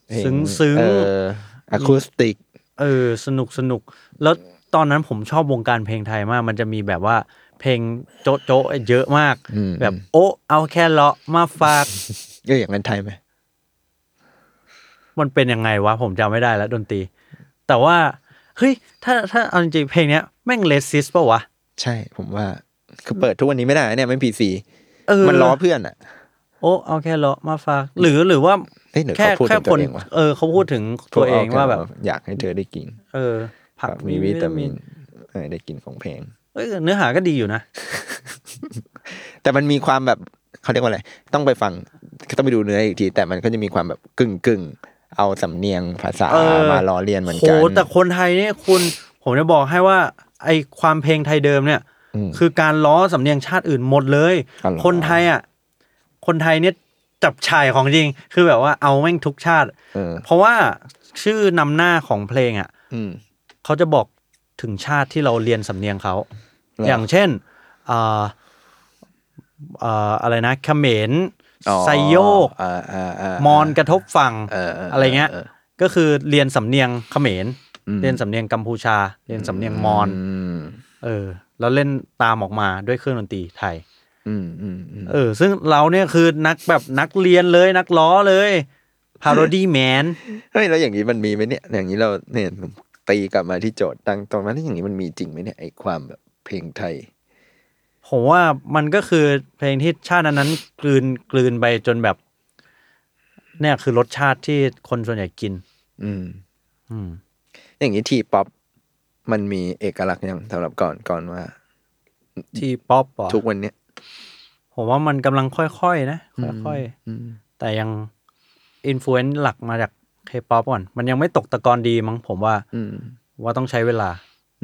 เพล
ซึ้งๆ
เอออะคูสติก
เออสนุกสนุก แล้วตอนนั้นผมชอบวงการเพลงไทยมาก มันจะมีแบบว่าเพลงโจ๊ะโจ๊ะเยอะมาก
อืม
แบบโอะเอาแค่เลาะมาฝาก
เอออย่างนั้นไทยไหม
มันเป็นยังไงวะ ผมจำไม่ได้แล้วดนตรี แต่ว่า เฮ้ย ถ้าถ้าเอาจริงๆเพลงเนี้ยแม่งเลสซิสปะวะ
ใช่ผมว่า คือเปิดทุกวันนี้ไม่ได้เนี่ยไม่พีซี
เออ
มันล้อเพื่อนอ่ะ
โอ้เอาแค่ล้อมาฝาก หรือหรือว่า
เฮ้ยหรือ
แค่
เขาพูด
แค่
ถึงตั
ค
วน เองวะ
เออเขาพูดถึงตัวเองว่าแบบ
อยากให้เธอได้กิน
เออ ผัก
มีวิตามินเออได้กินของแพง
เอ้ยเนื้อหาก็ดีอยู่นะ
แต่มันมีความแบบเขาเรียกว่าอะไร ต้องไปฟังต้องไปดูเนื้ออีกที แต่มันก็จะมีความแบบกึ่งกึ่งๆเอาสำเนียงภาษา
เออ
มาล้อเลียนเหมือนกัน
โหแต่คนไทยเนี่ยคุณผมจะบอกให้ว่าไอความเพลงไทยเดิมเนี่ย
อืม
คือการล้อสำเนียงชาติอื่นหมดเลย
อ๋อเหรอ
คนไทยอ่ะคนไทยเนี่ยจับชายของจริง คือแบบว่าเอาแม่งทุกชาติ
เออ
เพราะว่าชื่อนำหน้าของเพลงอ่ะ
อืม
เขาจะบอกถึงชาติที่เราเรียนสำเนียงเขา
หรอ
อย่างเช่นอ่าอ่าอะไรนะเขมรไซโยก
าาาม
อนกระทบฝั่ง
เออเออ
อะไรเงี้ย
เออ
ก็คือเรียนสำเนียงเขมร
อืม
เรียนสำเนียงกัมพูชา เรียนสำเนียงมอญ
ม
เออ แล้วเล่นตามออกมาด้วยเครื่องดนตรีไทย
อืมอืมอืม
เออ ซึ่งเราเนี่ยคือนักแบบนักเรียนเลยนักล้อเลยพาโรดี้แมน
เฮ้ยแล้วอย่างนี้มันมีไหมเนี่ย อย่างนี้เราเนี่ยตีกลับมาที่โจทย์ตั้งตอนนั้นอย่างนี้มันมีจริงไหมเนี่ยไอ้ความแบบเพลงไทย
ผมว่ามันก็คือเพลงที่ชาติอันนั้นกลืนกลืนไปจนแบบ เนี่ยคือรสชาติที่คนส่วนใหญ่กิน
อืม
อืม
อย่างนี้ทีป๊อปมันมีเอกลักษณ์ยังสำหรับก่อนก่อนว่า
ที่ป๊อปเหรอ
ทุกวันเนี้ย
ผมว่ามันกำลังค่อยๆ นะค่อยๆ
อืม
แต่ยังอินฟลูเอนซ์หลักมาจากเคป๊อปก่อน มันยังไม่ตกตะกอนดีมั้งผมว่า
อืม
ว่าต้องใช้เวลา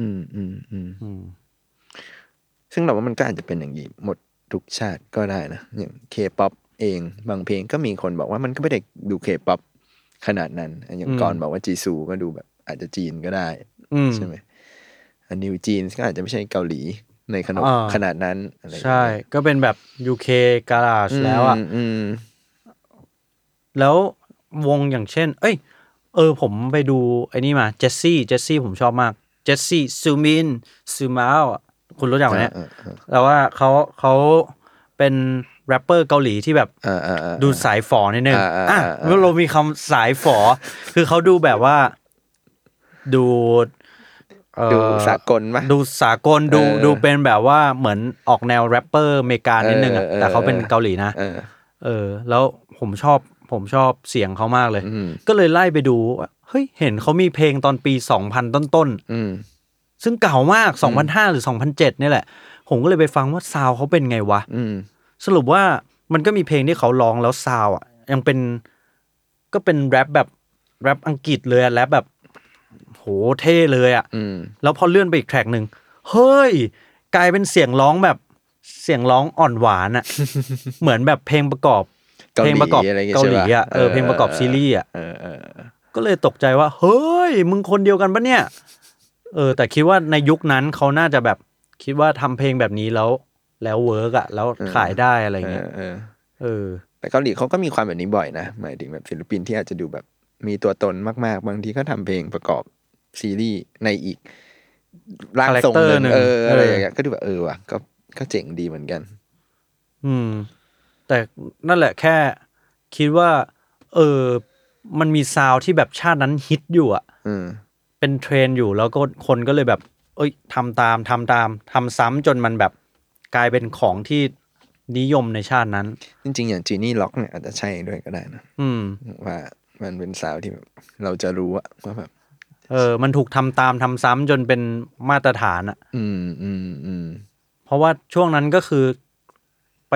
อืมอืมอืม
อืม
ซึ่งเราว่ามันก็อาจจะเป็นอย่างนี้หมดทุกชาติก็ได้นะ อย่างเคป๊อปเองบางเพลงก็มีคนบอกว่ามันก็ไม่ได้ดูเคป๊อปขนาดนั้น อย่าง
อืม
ก่อนบอกว่าจีซูก็ดูแบบอาจจะจีนก็ได้
อืม
ใช่ไหมอันนิวจีนก็อาจจะไม่ใช่เกาหลีในขนาด
อ่า
ขนาดนั้นอะไรอย่าง
ใช่
เงี้ย
ก็เป็นแบบ UK g a r a g e แล้วอะ
อืม
แล้ววงอย่างเช่น เอ้ย เออ ผมไปดูไอ้นี่มาเจสซี่เจสซี่ผมชอบมากเจสซี่ซูมินซูมาอะคุณรู้จักไหมเนี่ย
อ่าอ่า
แต่ว่าเขาเขาเป็นแรปเปอร์เกาหลีที่แบบ
อืมอ่าอ่าอ่า
ดูสายฝอนิดนึง
อ่าอ่า
อ่ะ
อ่าอ่า
เรามีคำสายฝอ คือเขาดูแบบว่า ดูเอ่อ
ดูสากลปะ
ดูสากลดู
เออ
ดูเป็นแบบว่าเหมือนออกแนวแรปเปอร์อเมริกานิดนึงอะ
เออเออ
แต่เขาเป็นเกาหลีนะ
เออ
เออ แล้วผมชอบผมชอบเสียงเขามากเลย
อืม
ก็เลยไล่ไปดูว่าเฮ้ย เห็นเขามีเพลงตอนปี 2000 ต้น
อืม
ๆ ซึ่งเก่ามาก 2005 หรือ 2007เนี่ยแหละ ผมก็เลยไปฟังว่าซาวเขาเป็นไงวะ
อืม
สรุปว่ามันก็มีเพลงที่เขาร้องแล้วซาวอ่ะ ยังเป็นก็เป็นแรปแบบแรปอังกฤษเลยอะแรปแบบ โหเท่เลยอ่ะ
อืม
แล้วพอเลื่อนไปอีกแทร็กหนึ่งเฮ้ย กลายเป็นเสียงร้องแบบเสียงร้องอ่อนหวานอ่ะ เหมือนแบบเพลงประกอบ
เกาหลี
ลงประกอบ
อะไรอย่างเงี้ย
เกาหลีอ่ะ
ใช่ปะ
เออเพลงประกอบ
เออ
ซีรีส์อ่ะ
เออเออเออ
ก็เลยตกใจว่า เฮ้ย มึงคนเดียวกันปะเนี่ย เออ แต่คิดว่าในยุคนั้นเขาน่าจะแบบคิดว่าทำเพลงแบบนี้แล้ว แล้วเวิร์กอ่ะแล้วขายได้อะไรอย่างเงี้ย
เออเออ
เออ
แต่เกาหลีเขาก็มีความแบบนี้บ่อยนะ หมายถึงแบบศิลปินที่อาจจะดูแบบมีตัวตนมาก ๆ บางทีก็ทำเพลงประกอบซีรีส์ในอีกร่างทรง
Character
ห
หนึ่
นึ่ง
ง
เอออะไร
เอ
อ
ออ
ย่างเงี้ยก็ดูแบบเออว่ะก็ก็เจ๋งดีเหมือนกัน
อืม แต่นั่นแหละแค่คิดว่า เออ มันมีซาวด์ที่แบบชาตินั้นฮิตอยู่อะ
อืม
เป็นเทรนด์อยู่แล้วก็คนก็เลยแบบ เอ้ยทำตามทำตามทำซ้ำจนมันแบบกลายเป็นของที่นิยมในชาตินั้น
จริง ๆ อย่างจีนี่ล็อกเนี่ยอาจจะใช่ด้วยก็ได้นะ
อืม
ว่ามันเป็นสาวที่แบบเราจะรู้อะว่าแบบ
เออ มันถูกทำตามทำซ้ำจนเป็นมาตรฐานอะ
อืมอืมอืม
เพราะว่าช่วงนั้นก็คือไป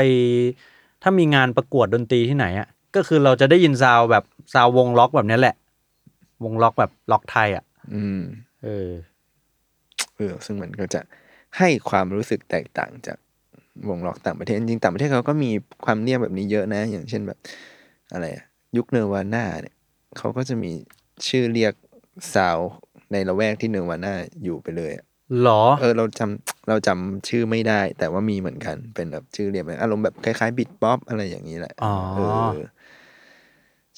ถ้ามีงานประกวดดนตรีที่ไหนอะก็คือเราจะได้ยินซาวด์แบบซาวด์วงล็อกแบบเนี้ยแหละ วงล็อกแบบล็อกไทยอะ
อืม
เออ
เออซึ่งมันก็จะให้ความรู้สึกแตกต่างจากวงล็อกต่างประเทศ จริงๆต่างประเทศเขาก็มีความเรียกแบบนี้เยอะนะ อย่างเช่นแบบ อะไรอะยุคเนวาน่าเนี่ยเขาก็จะมีชื่อเรียกสาวในละแวกที่เนวาน่าอยู่ไปเลยอะ
หรอ
เออเราจำเราจำชื่อไม่ได้ แต่ว่ามีเหมือนกันเป็นแบบชื่อเรียกเหมือนอารมณ์แบบคล้ายๆบิดป๊อปอะไรอย่างนี้แหละ
อ๋อ
เออ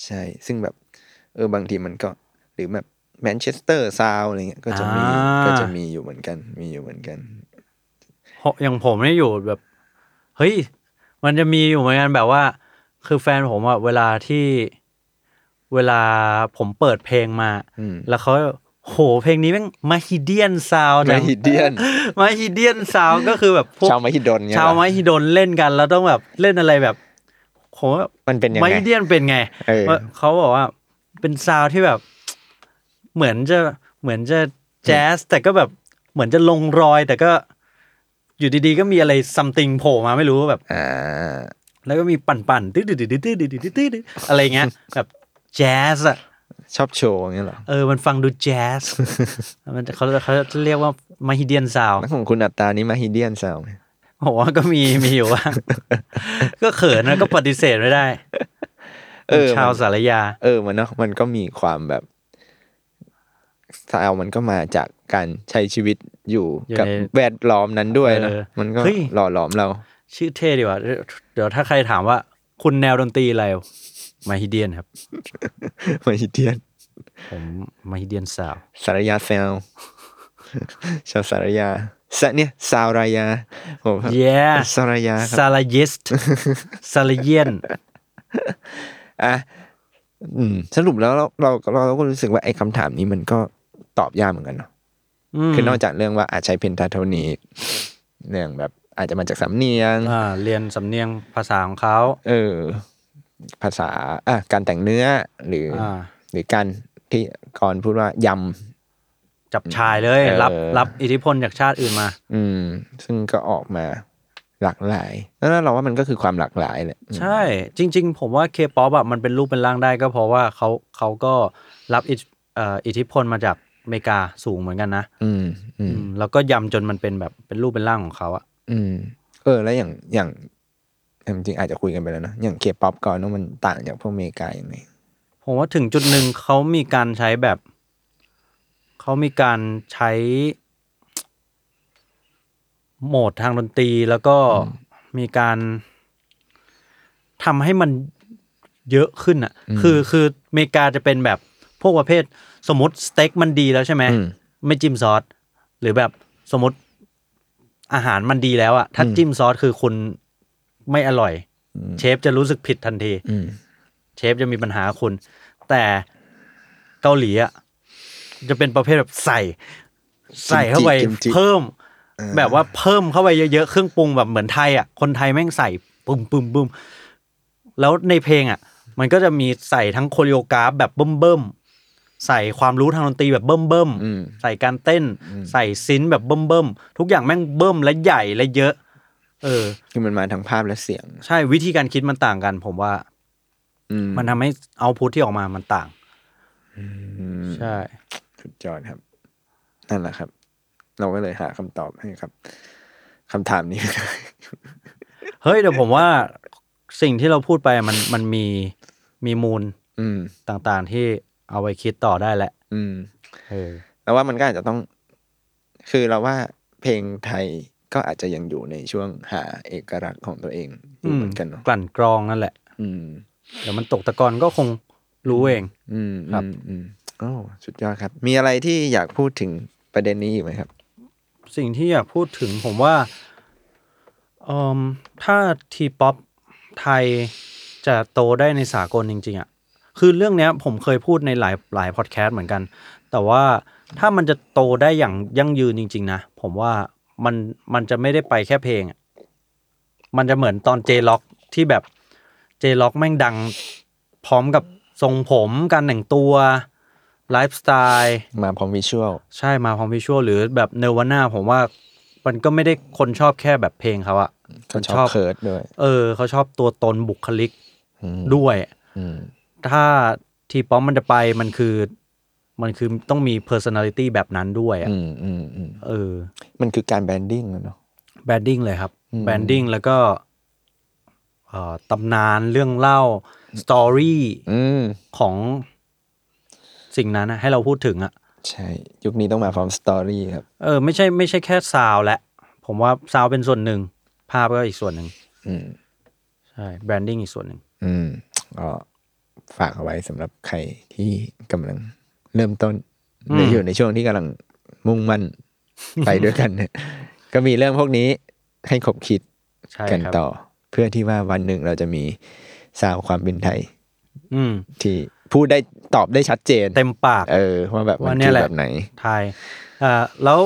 ใช่ ซึ่งแบบ เออบางทีมันก็ หรือแบบแมนเชสเตอร์ซาวอะไรเงี้ย ก็จะมี
อ่า
ก็จะมีอยู่เหมือนกัน มีอยู่เหมือนกัน
เพราะอย่างผมเนี่ยอยู่แบบ เฮ้ย มันจะมีอยู่เหมือนกันแบบว่า คือแฟนผมอะเวลาที่ เวลาผมเปิดเพลงมา
อืม
แล้วเขา โหเพลงนี้แม่งมาฮิเดียนซาว
มหิเดียน
มาฮิเดียนซาวก็คือแบบพวก
ชาวมหิดลเนี่ย
ชาว
เหรอ
มาฮิดนเล่นกันแล้วต้องแบบเล่นอะไรแบบโหแบบ
มันเป็นยัง
ไม
ไง
เดียนเป็นไง
เออ
ว่าเขาบอกว่าเป็นซาวด์ที่แบบ เหมือนจะเหมือนจะแจ๊สแต่ก็แบบเหมือนจะลงรอย แต่ก็อยู่ดีๆ ก็มีอะไรซัมติงโผล่มาไม่รู้แบบ
อ่า
แล้วก็มีปั่นๆตื้อดื้อดื้อดื้อดื้อดื้อดื้อดื้ออะไรเงี้ย แบบแจ๊สอ่ะ
ชอบโชว์อย่างเงี้ยเหรอ
เออมันฟังดูแจ๊ สมันเขาเขาจะเรียกว่ามาฮิเดียนซาว
แล้วของคุณอัตตานี่มหิเดียนซาวน์เนี่ย
ผมว่าก็มีมีอยู่ว่าง ก็เขินแล้วก็ปฏิเสธไม่ได้
เออ
ชาว
มัน
สารยา
เออมันเนาะมันก็มีความแบบซาวน์มันก็มาจากการใช้ชีวิตอยู่
อยู่
กับ
ใน
แวดล้อมนั้นด้วยนะ
เออ
มันก็
เฮ้ย
หล่อหลอมเรา
ชื่อเท่ดีว่ะเดี๋ยวเดี๋ยวถ้าใครถามว่า คุณแนวดนตรีอะไรมาฮิเดียนครับ
มหิเดียน
ผมมาฮิเดียนสาว
สารยาแซว ชาวสารยาสะเนี่ยสาวรายาโอ้
เย้
สารยาครับ
ซาลาเยสซาลาเย น
อ่ะอืมสรุปแล้วเราเราเราก็รู้สึกว่าไอ้คำถามนี้มันก็ตอบยากเหมือนกันเนาะ
ม
คือนอกจากเรื่องว่าอาจใช้เพนทาโทนิกเรื่องแบบอาจจะมาจากสำเนียง
อ่าเรียนสำเนียงภาษาของเขา
เออ ภาษาอ่ะการแต่งเนื้อหรืออ
อ่า
หรือการที่ก่อนพูดว่ายำ
จับชายเลย
เออ
รับรับอิทธิพลจากชาติอื่นมา
อืม ซึ่งก็ออกมาหลากหลายแล้วเราว่ามันก็คือความหลากหลายแหละ
ใช่จริง ๆ ผมว่าเคป๊อปอ่ะมันเป็นรูปเป็นร่างได้ก็เพราะว่าเขาเขาก็รับอิทเอ่ออิทธิพลมาจากอเมริกาสูงเหมือนกันนะ
อืมอื
อื
ม
มแล้วก็ยำจนมันเป็นแบบเป็นรูปเป็นร่างของเขาอ่ะ
อืมเออแล้วอย่างอย่างเออจริงๆอาจจะคุยกันไปแล้วนะอย่างเคป๊อปก่อนว่ามันต่างจากพวกอเมริกาอย่างไร
ผมว่าถึงจุดหนึ่งเขามีการใช้แบบ เขามีการใช้โหมดทางดนตรีแล้วก็มีการทำให้มันเยอะขึ้นอ่ะ คือคืออเมริกาจะเป็นแบบพวกประเภท สมมติสเต็กมันดีแล้วใช่ไหม
อืม
ไม่จิ้มซอสหรือแบบสมมติอาหารมันดีแล้วอะถ้า
อืม
จิ้มซอสคือคุณไม่อร่อย เชฟจะรู้สึกผิดทันที
อืม
เชฟจะมีปัญหาคุณ แต่เกาหลีอ่ะจะเป็นประเภทแบบใส่ ใส่เข้าไป
กิมจิ
เพิ่ม แบบว่าเพิ่มเข้าไปเยอะๆเครื่องปรุงแบบเหมือนไทยอ่ะคนไทยแม่งใส่ปุ่มปุ่มปุ่มแล้วในเพลงอ่ะ มันก็จะมีใส่ทั้งโคโรกราฟแบบเบิ่มเบิ่มๆใส่ความรู้ทางดนตรีแบบเบิ่มเบิ่มๆ
อืม
ใส่การเต้น ใส่ซินแบบเบิ่มเบิ่มๆทุกอย่างแม่งเบิ่มและใหญ่และเยอะ เออ
คือมันมาทั้งภาพและเสียง
ใช่วิธีการคิดมันต่างกัน ผมว่า
อืม
มันทำให้เอาพุทที่ออกมามันต่าง
อืม
ใช่
สุดยอดครับ นั่นแหละครับ เราก็เลยหาคำตอบให้ครับคำถามนี้
เฮ้ยแต่ผมว่าสิ่งที่เราพูดไปมันมันมีมีมูล
อืม
ต่างๆที่เอาไปคิดต่อได้แหละ
อืม
เออ
แล้วว่ามันก็อาจจะต้อง คือเราว่าเพลงไทยก็อาจจะยังอยู่ในช่วงหาเอกลักษณ์ของตัวเองอยู่เหมือนกันเนาะ
กลั่นกรองนั่นแหละ
อืม
เดี๋ยวมันตกตะกอนก็คงรู้เอง
อืม
ครับ
อืมอืมโอ้สุดยอดครับ มีอะไรที่อยากพูดถึงประเด็นนี้อีกไหมครับ
สิ่งที่อยากพูดถึงผมว่าเอมถ้าทีป๊อปไทยจะโตได้ในสากลจริง ๆอะ่ะคือเรื่องเนี้ยผมเคยพูดในหลายหลายพอดแคสต์เหมือนกัน แต่ว่าถ้ามันจะโตได้อย่างยั่งยืนจริง ๆ นะ ผมว่ามันมันจะไม่ได้ไปแค่เพลงอะมันจะเหมือนตอนเจล็อกที่แบบเจล็อกแม่งดังพร้อมกับทรงผมการแต่งตัวไลฟ์สไตล์
มาพร้อมวิชวล
ใช่มาพร้อมวิชวลหรือแบบเนวาน่าผมว่ามันก็ไม่ได้คนชอบแค่แบบเพลงเขาอะ
ก็ชอบเคิร์ดด้วย
เออเขาชอบตัวตนบุคลิก
อืม
ด้วย
อืม
ถ้าทีป๊อปมันจะไปมันคือมันคือต้องมี personality แบบนั้นด้วยอะ
อืมอืมอืม
เออ
มันคือการแบรนดิ้งนะเนาะ
แบรนดิ้งเลยครับ
อืม
แบรนดิ้งแล้วก็เอ่อตำนานเรื่องเล่าสตอรี่
อืม
ของสิ่งนั้นนะให้เราพูดถึงอะ
ใช่ ยุคนี้ต้องมาพร้อมสตอรี่ครับ
เออไม่ใช่ไม่ใช่แค่ซาวด์แหละ ผมว่าซาวด์เป็นส่วนหนึ่ง ภาพก็อีกส่วนหนึ่ง
อืม
ใช่แบรนดิ้งอีกส่วนหนึ่ง
อืมก็ฝากเอาไว้สำหรับใครที่กำลังเริ่มต้นหรือ
ม
อยู่ในช่วงที่กำลังมุ่งมั่น ไปด้วย กันเนี่ยก็มีเรื่องพวกนี้ให้ขบคิด
ใช่
กัน
ครับ
ต่อเพื่อที่ว่าวันหนึ่งเราจะมีสาวความเป็นไทย
อืม
ที่พูดได้ ตอบได้ชัดเจน
เต็มปาก
เออว่าแบบมัน
ว่าเนี่
คือ
ยแหละ
แบบไหน
ไทยเอ่อแล้ว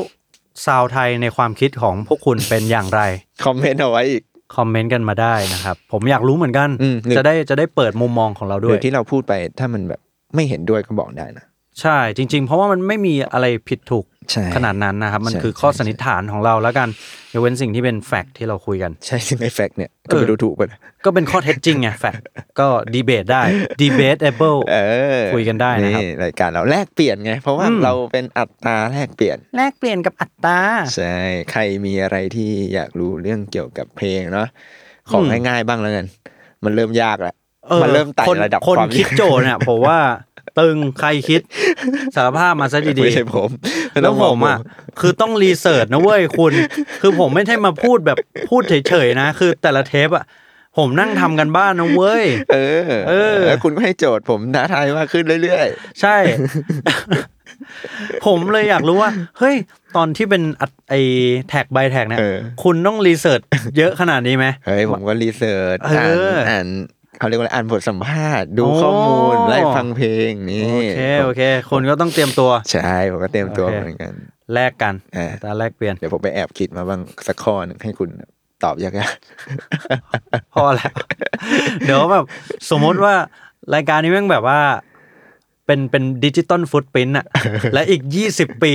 ซาวไทยในความคิดของพวกคุณเป็นอย่างไร
คอมเมนต์เอาไว้อีก
คอมเมนต์กันมาได้นะครับ ผมอยากรู้เหมือนกัน
อืมหรือ
จะได้จะได้เปิดมุมมองของเรา
ห
ด้
รื
ว
อย ที่เราพูดไปถ้ามันแบบไม่เห็นด้วยก็บอกได้นะ
ใช่จริง ๆ เพราะว่ามันไม่มีอะไรผิดถูก
ใช่
ขนาดนั้นนะครับ มัน
ใช่
คือข้อ
ใช่
สันนิษฐานของเราแล้วกันยกเว้นสิ่งที่เป็นแฟกต์ที่เราคุยกัน
ใช่ ซึ่งไอ้แฟกต์เนี่ยก็ไม่รู้ถูกไปะนะ
ก็เป็นข้อเท็จจริงไงแฟกต์ก็ดีเบ ตได้ debatable
เออ
คุยกันได้นะครับ
รายการเราแลกเปลี่ยนไง เพราะว่า
อืม
เราเป็นอัตราแลกเปลี่ยน
แลกเปลี่ยนกับอัตรา
ใช่ ใครมีอะไรที่อยากรู้เรื่องเกี่ยวกับเพลงเนาะของ
อืม
ง่ายๆบ้างแล้วกันมันเริ่มยากแล้ว
ออ
มันเริ่มไต่
คน
ระดับ
คน
ความ
คิดโจทย์เนี่ยผมว่าตึงใครคิดสารภาพมาซะดี
ไม่ใช่ผม
ๆแล้วผมอ่ะคือต้องรีเสิร์ชนะเว้ยคุณ คือผมไม่ใช่มาพูดแบบพูดเฉยๆนะ คือแต่ละเทปอ่ะผมนั่งทำกันบ้านนะเว้ย
เออ
เออ
แล้วคุณก็ให้โจทย์ผมท้าทายมากขึ้นเรื่อย
ใช่ ผมเลยอยากรู้ว่า เฮ้ย ตอนที่เป็นอัดไอแท็กใบแท็ก
ๆ
เนี่ย
เออ
คุณต้องรีเสิร์ชเยอะขนาดนี้ไหม
เฮ้ยผมก็รีเสิร์ช
เอออ่
อ่านอ่านเขาเรียกว่าอะไรอ่านบทสัมภาษณ์ดูข้อมูล
โอ้
ไล่ฟังเพลงนี่
โอเคโอเคคนก็ต้องเตรียมตัว
ใช่ผมก็เตรียมตัว
โอเค
เหมือนกัน
แลกกัน
อ่า
อัตราแลกเปลี่ยน
เดี๋ยวผมไปแอบคิดมาบ้างสักข้อหนึงให้คุณตอบยาก
พอแล้ว เดี๋ยวแบบสมมติว่ารายการนี้แม่งแบบว่า เป็นเป็นดิจิตอลฟุตปริน ต์อะ และอีก 20 ปี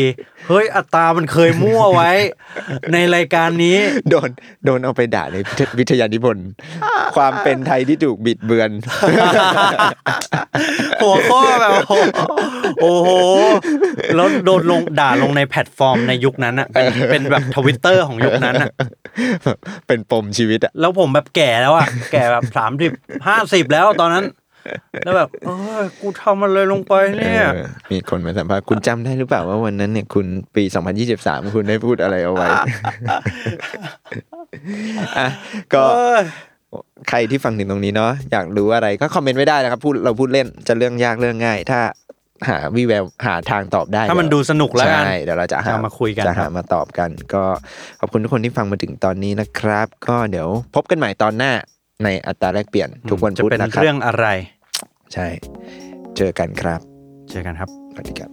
เฮ้ย อัตรามันเคยมั่วไว้ ในรายการนี้
ๆโดนโดนเอาไปด่าใน วิทยานิพนธ์ความเป็นไทยที่ถูกบิดเบือน
หัวข้อแบบโอ้โหโอ้โหแล้วโดนลงด่าลงในแพลตฟอร์มในยุคนั้นอ่ะเป็นเป็นแบบทวิตเตอร์ของยุคนั้นอ่ะ
เป็นปมชีวิตอะ
แล้วผมแบบแก่แล้วอ่ะแก่แบบสามสิบห้าสิบแล้วตอนนั้น แล้วแบบเออกูทำอะไรลงไปเนี่ย
เออมีคนมาสัมภาษณ์คุณจำได้หรือเปล่าว่าวันนั้นเนี่ยคุณปี 2023 คุณได้พูดอะไรเอา ไว้ อ่ะก็
เออ
ใครที่ฟังถึงตรงนี้เนาะอยากรู้อะไรก็คอมเมนต์ไว้ได้นะครับพูดเราพูดเล่นจะเรื่องยากเรื่องง่าย ถ้าหาวิแววหาทางตอบได้
ถ้ามัน
เยว
ดูสนุกแล้วกัน
ใช่เดี๋ยวเราจะหา
จะมาคุยกัน
จะ
ครั
หา
บ
มาตอบกัน ก็ขอบคุณทุกคนที่ฟังมาถึงตอนนี้นะครับ ก็เดี๋ยวพบกันใหม่ตอนหน้าในอัตราแลกเปลี่ยนทุกวัน
จะ
พุธ
เป็น
นะครับ
เรื่องอะไร
ใช่ เจอกันครับ
เจอกันครับ
สวัสดีครับ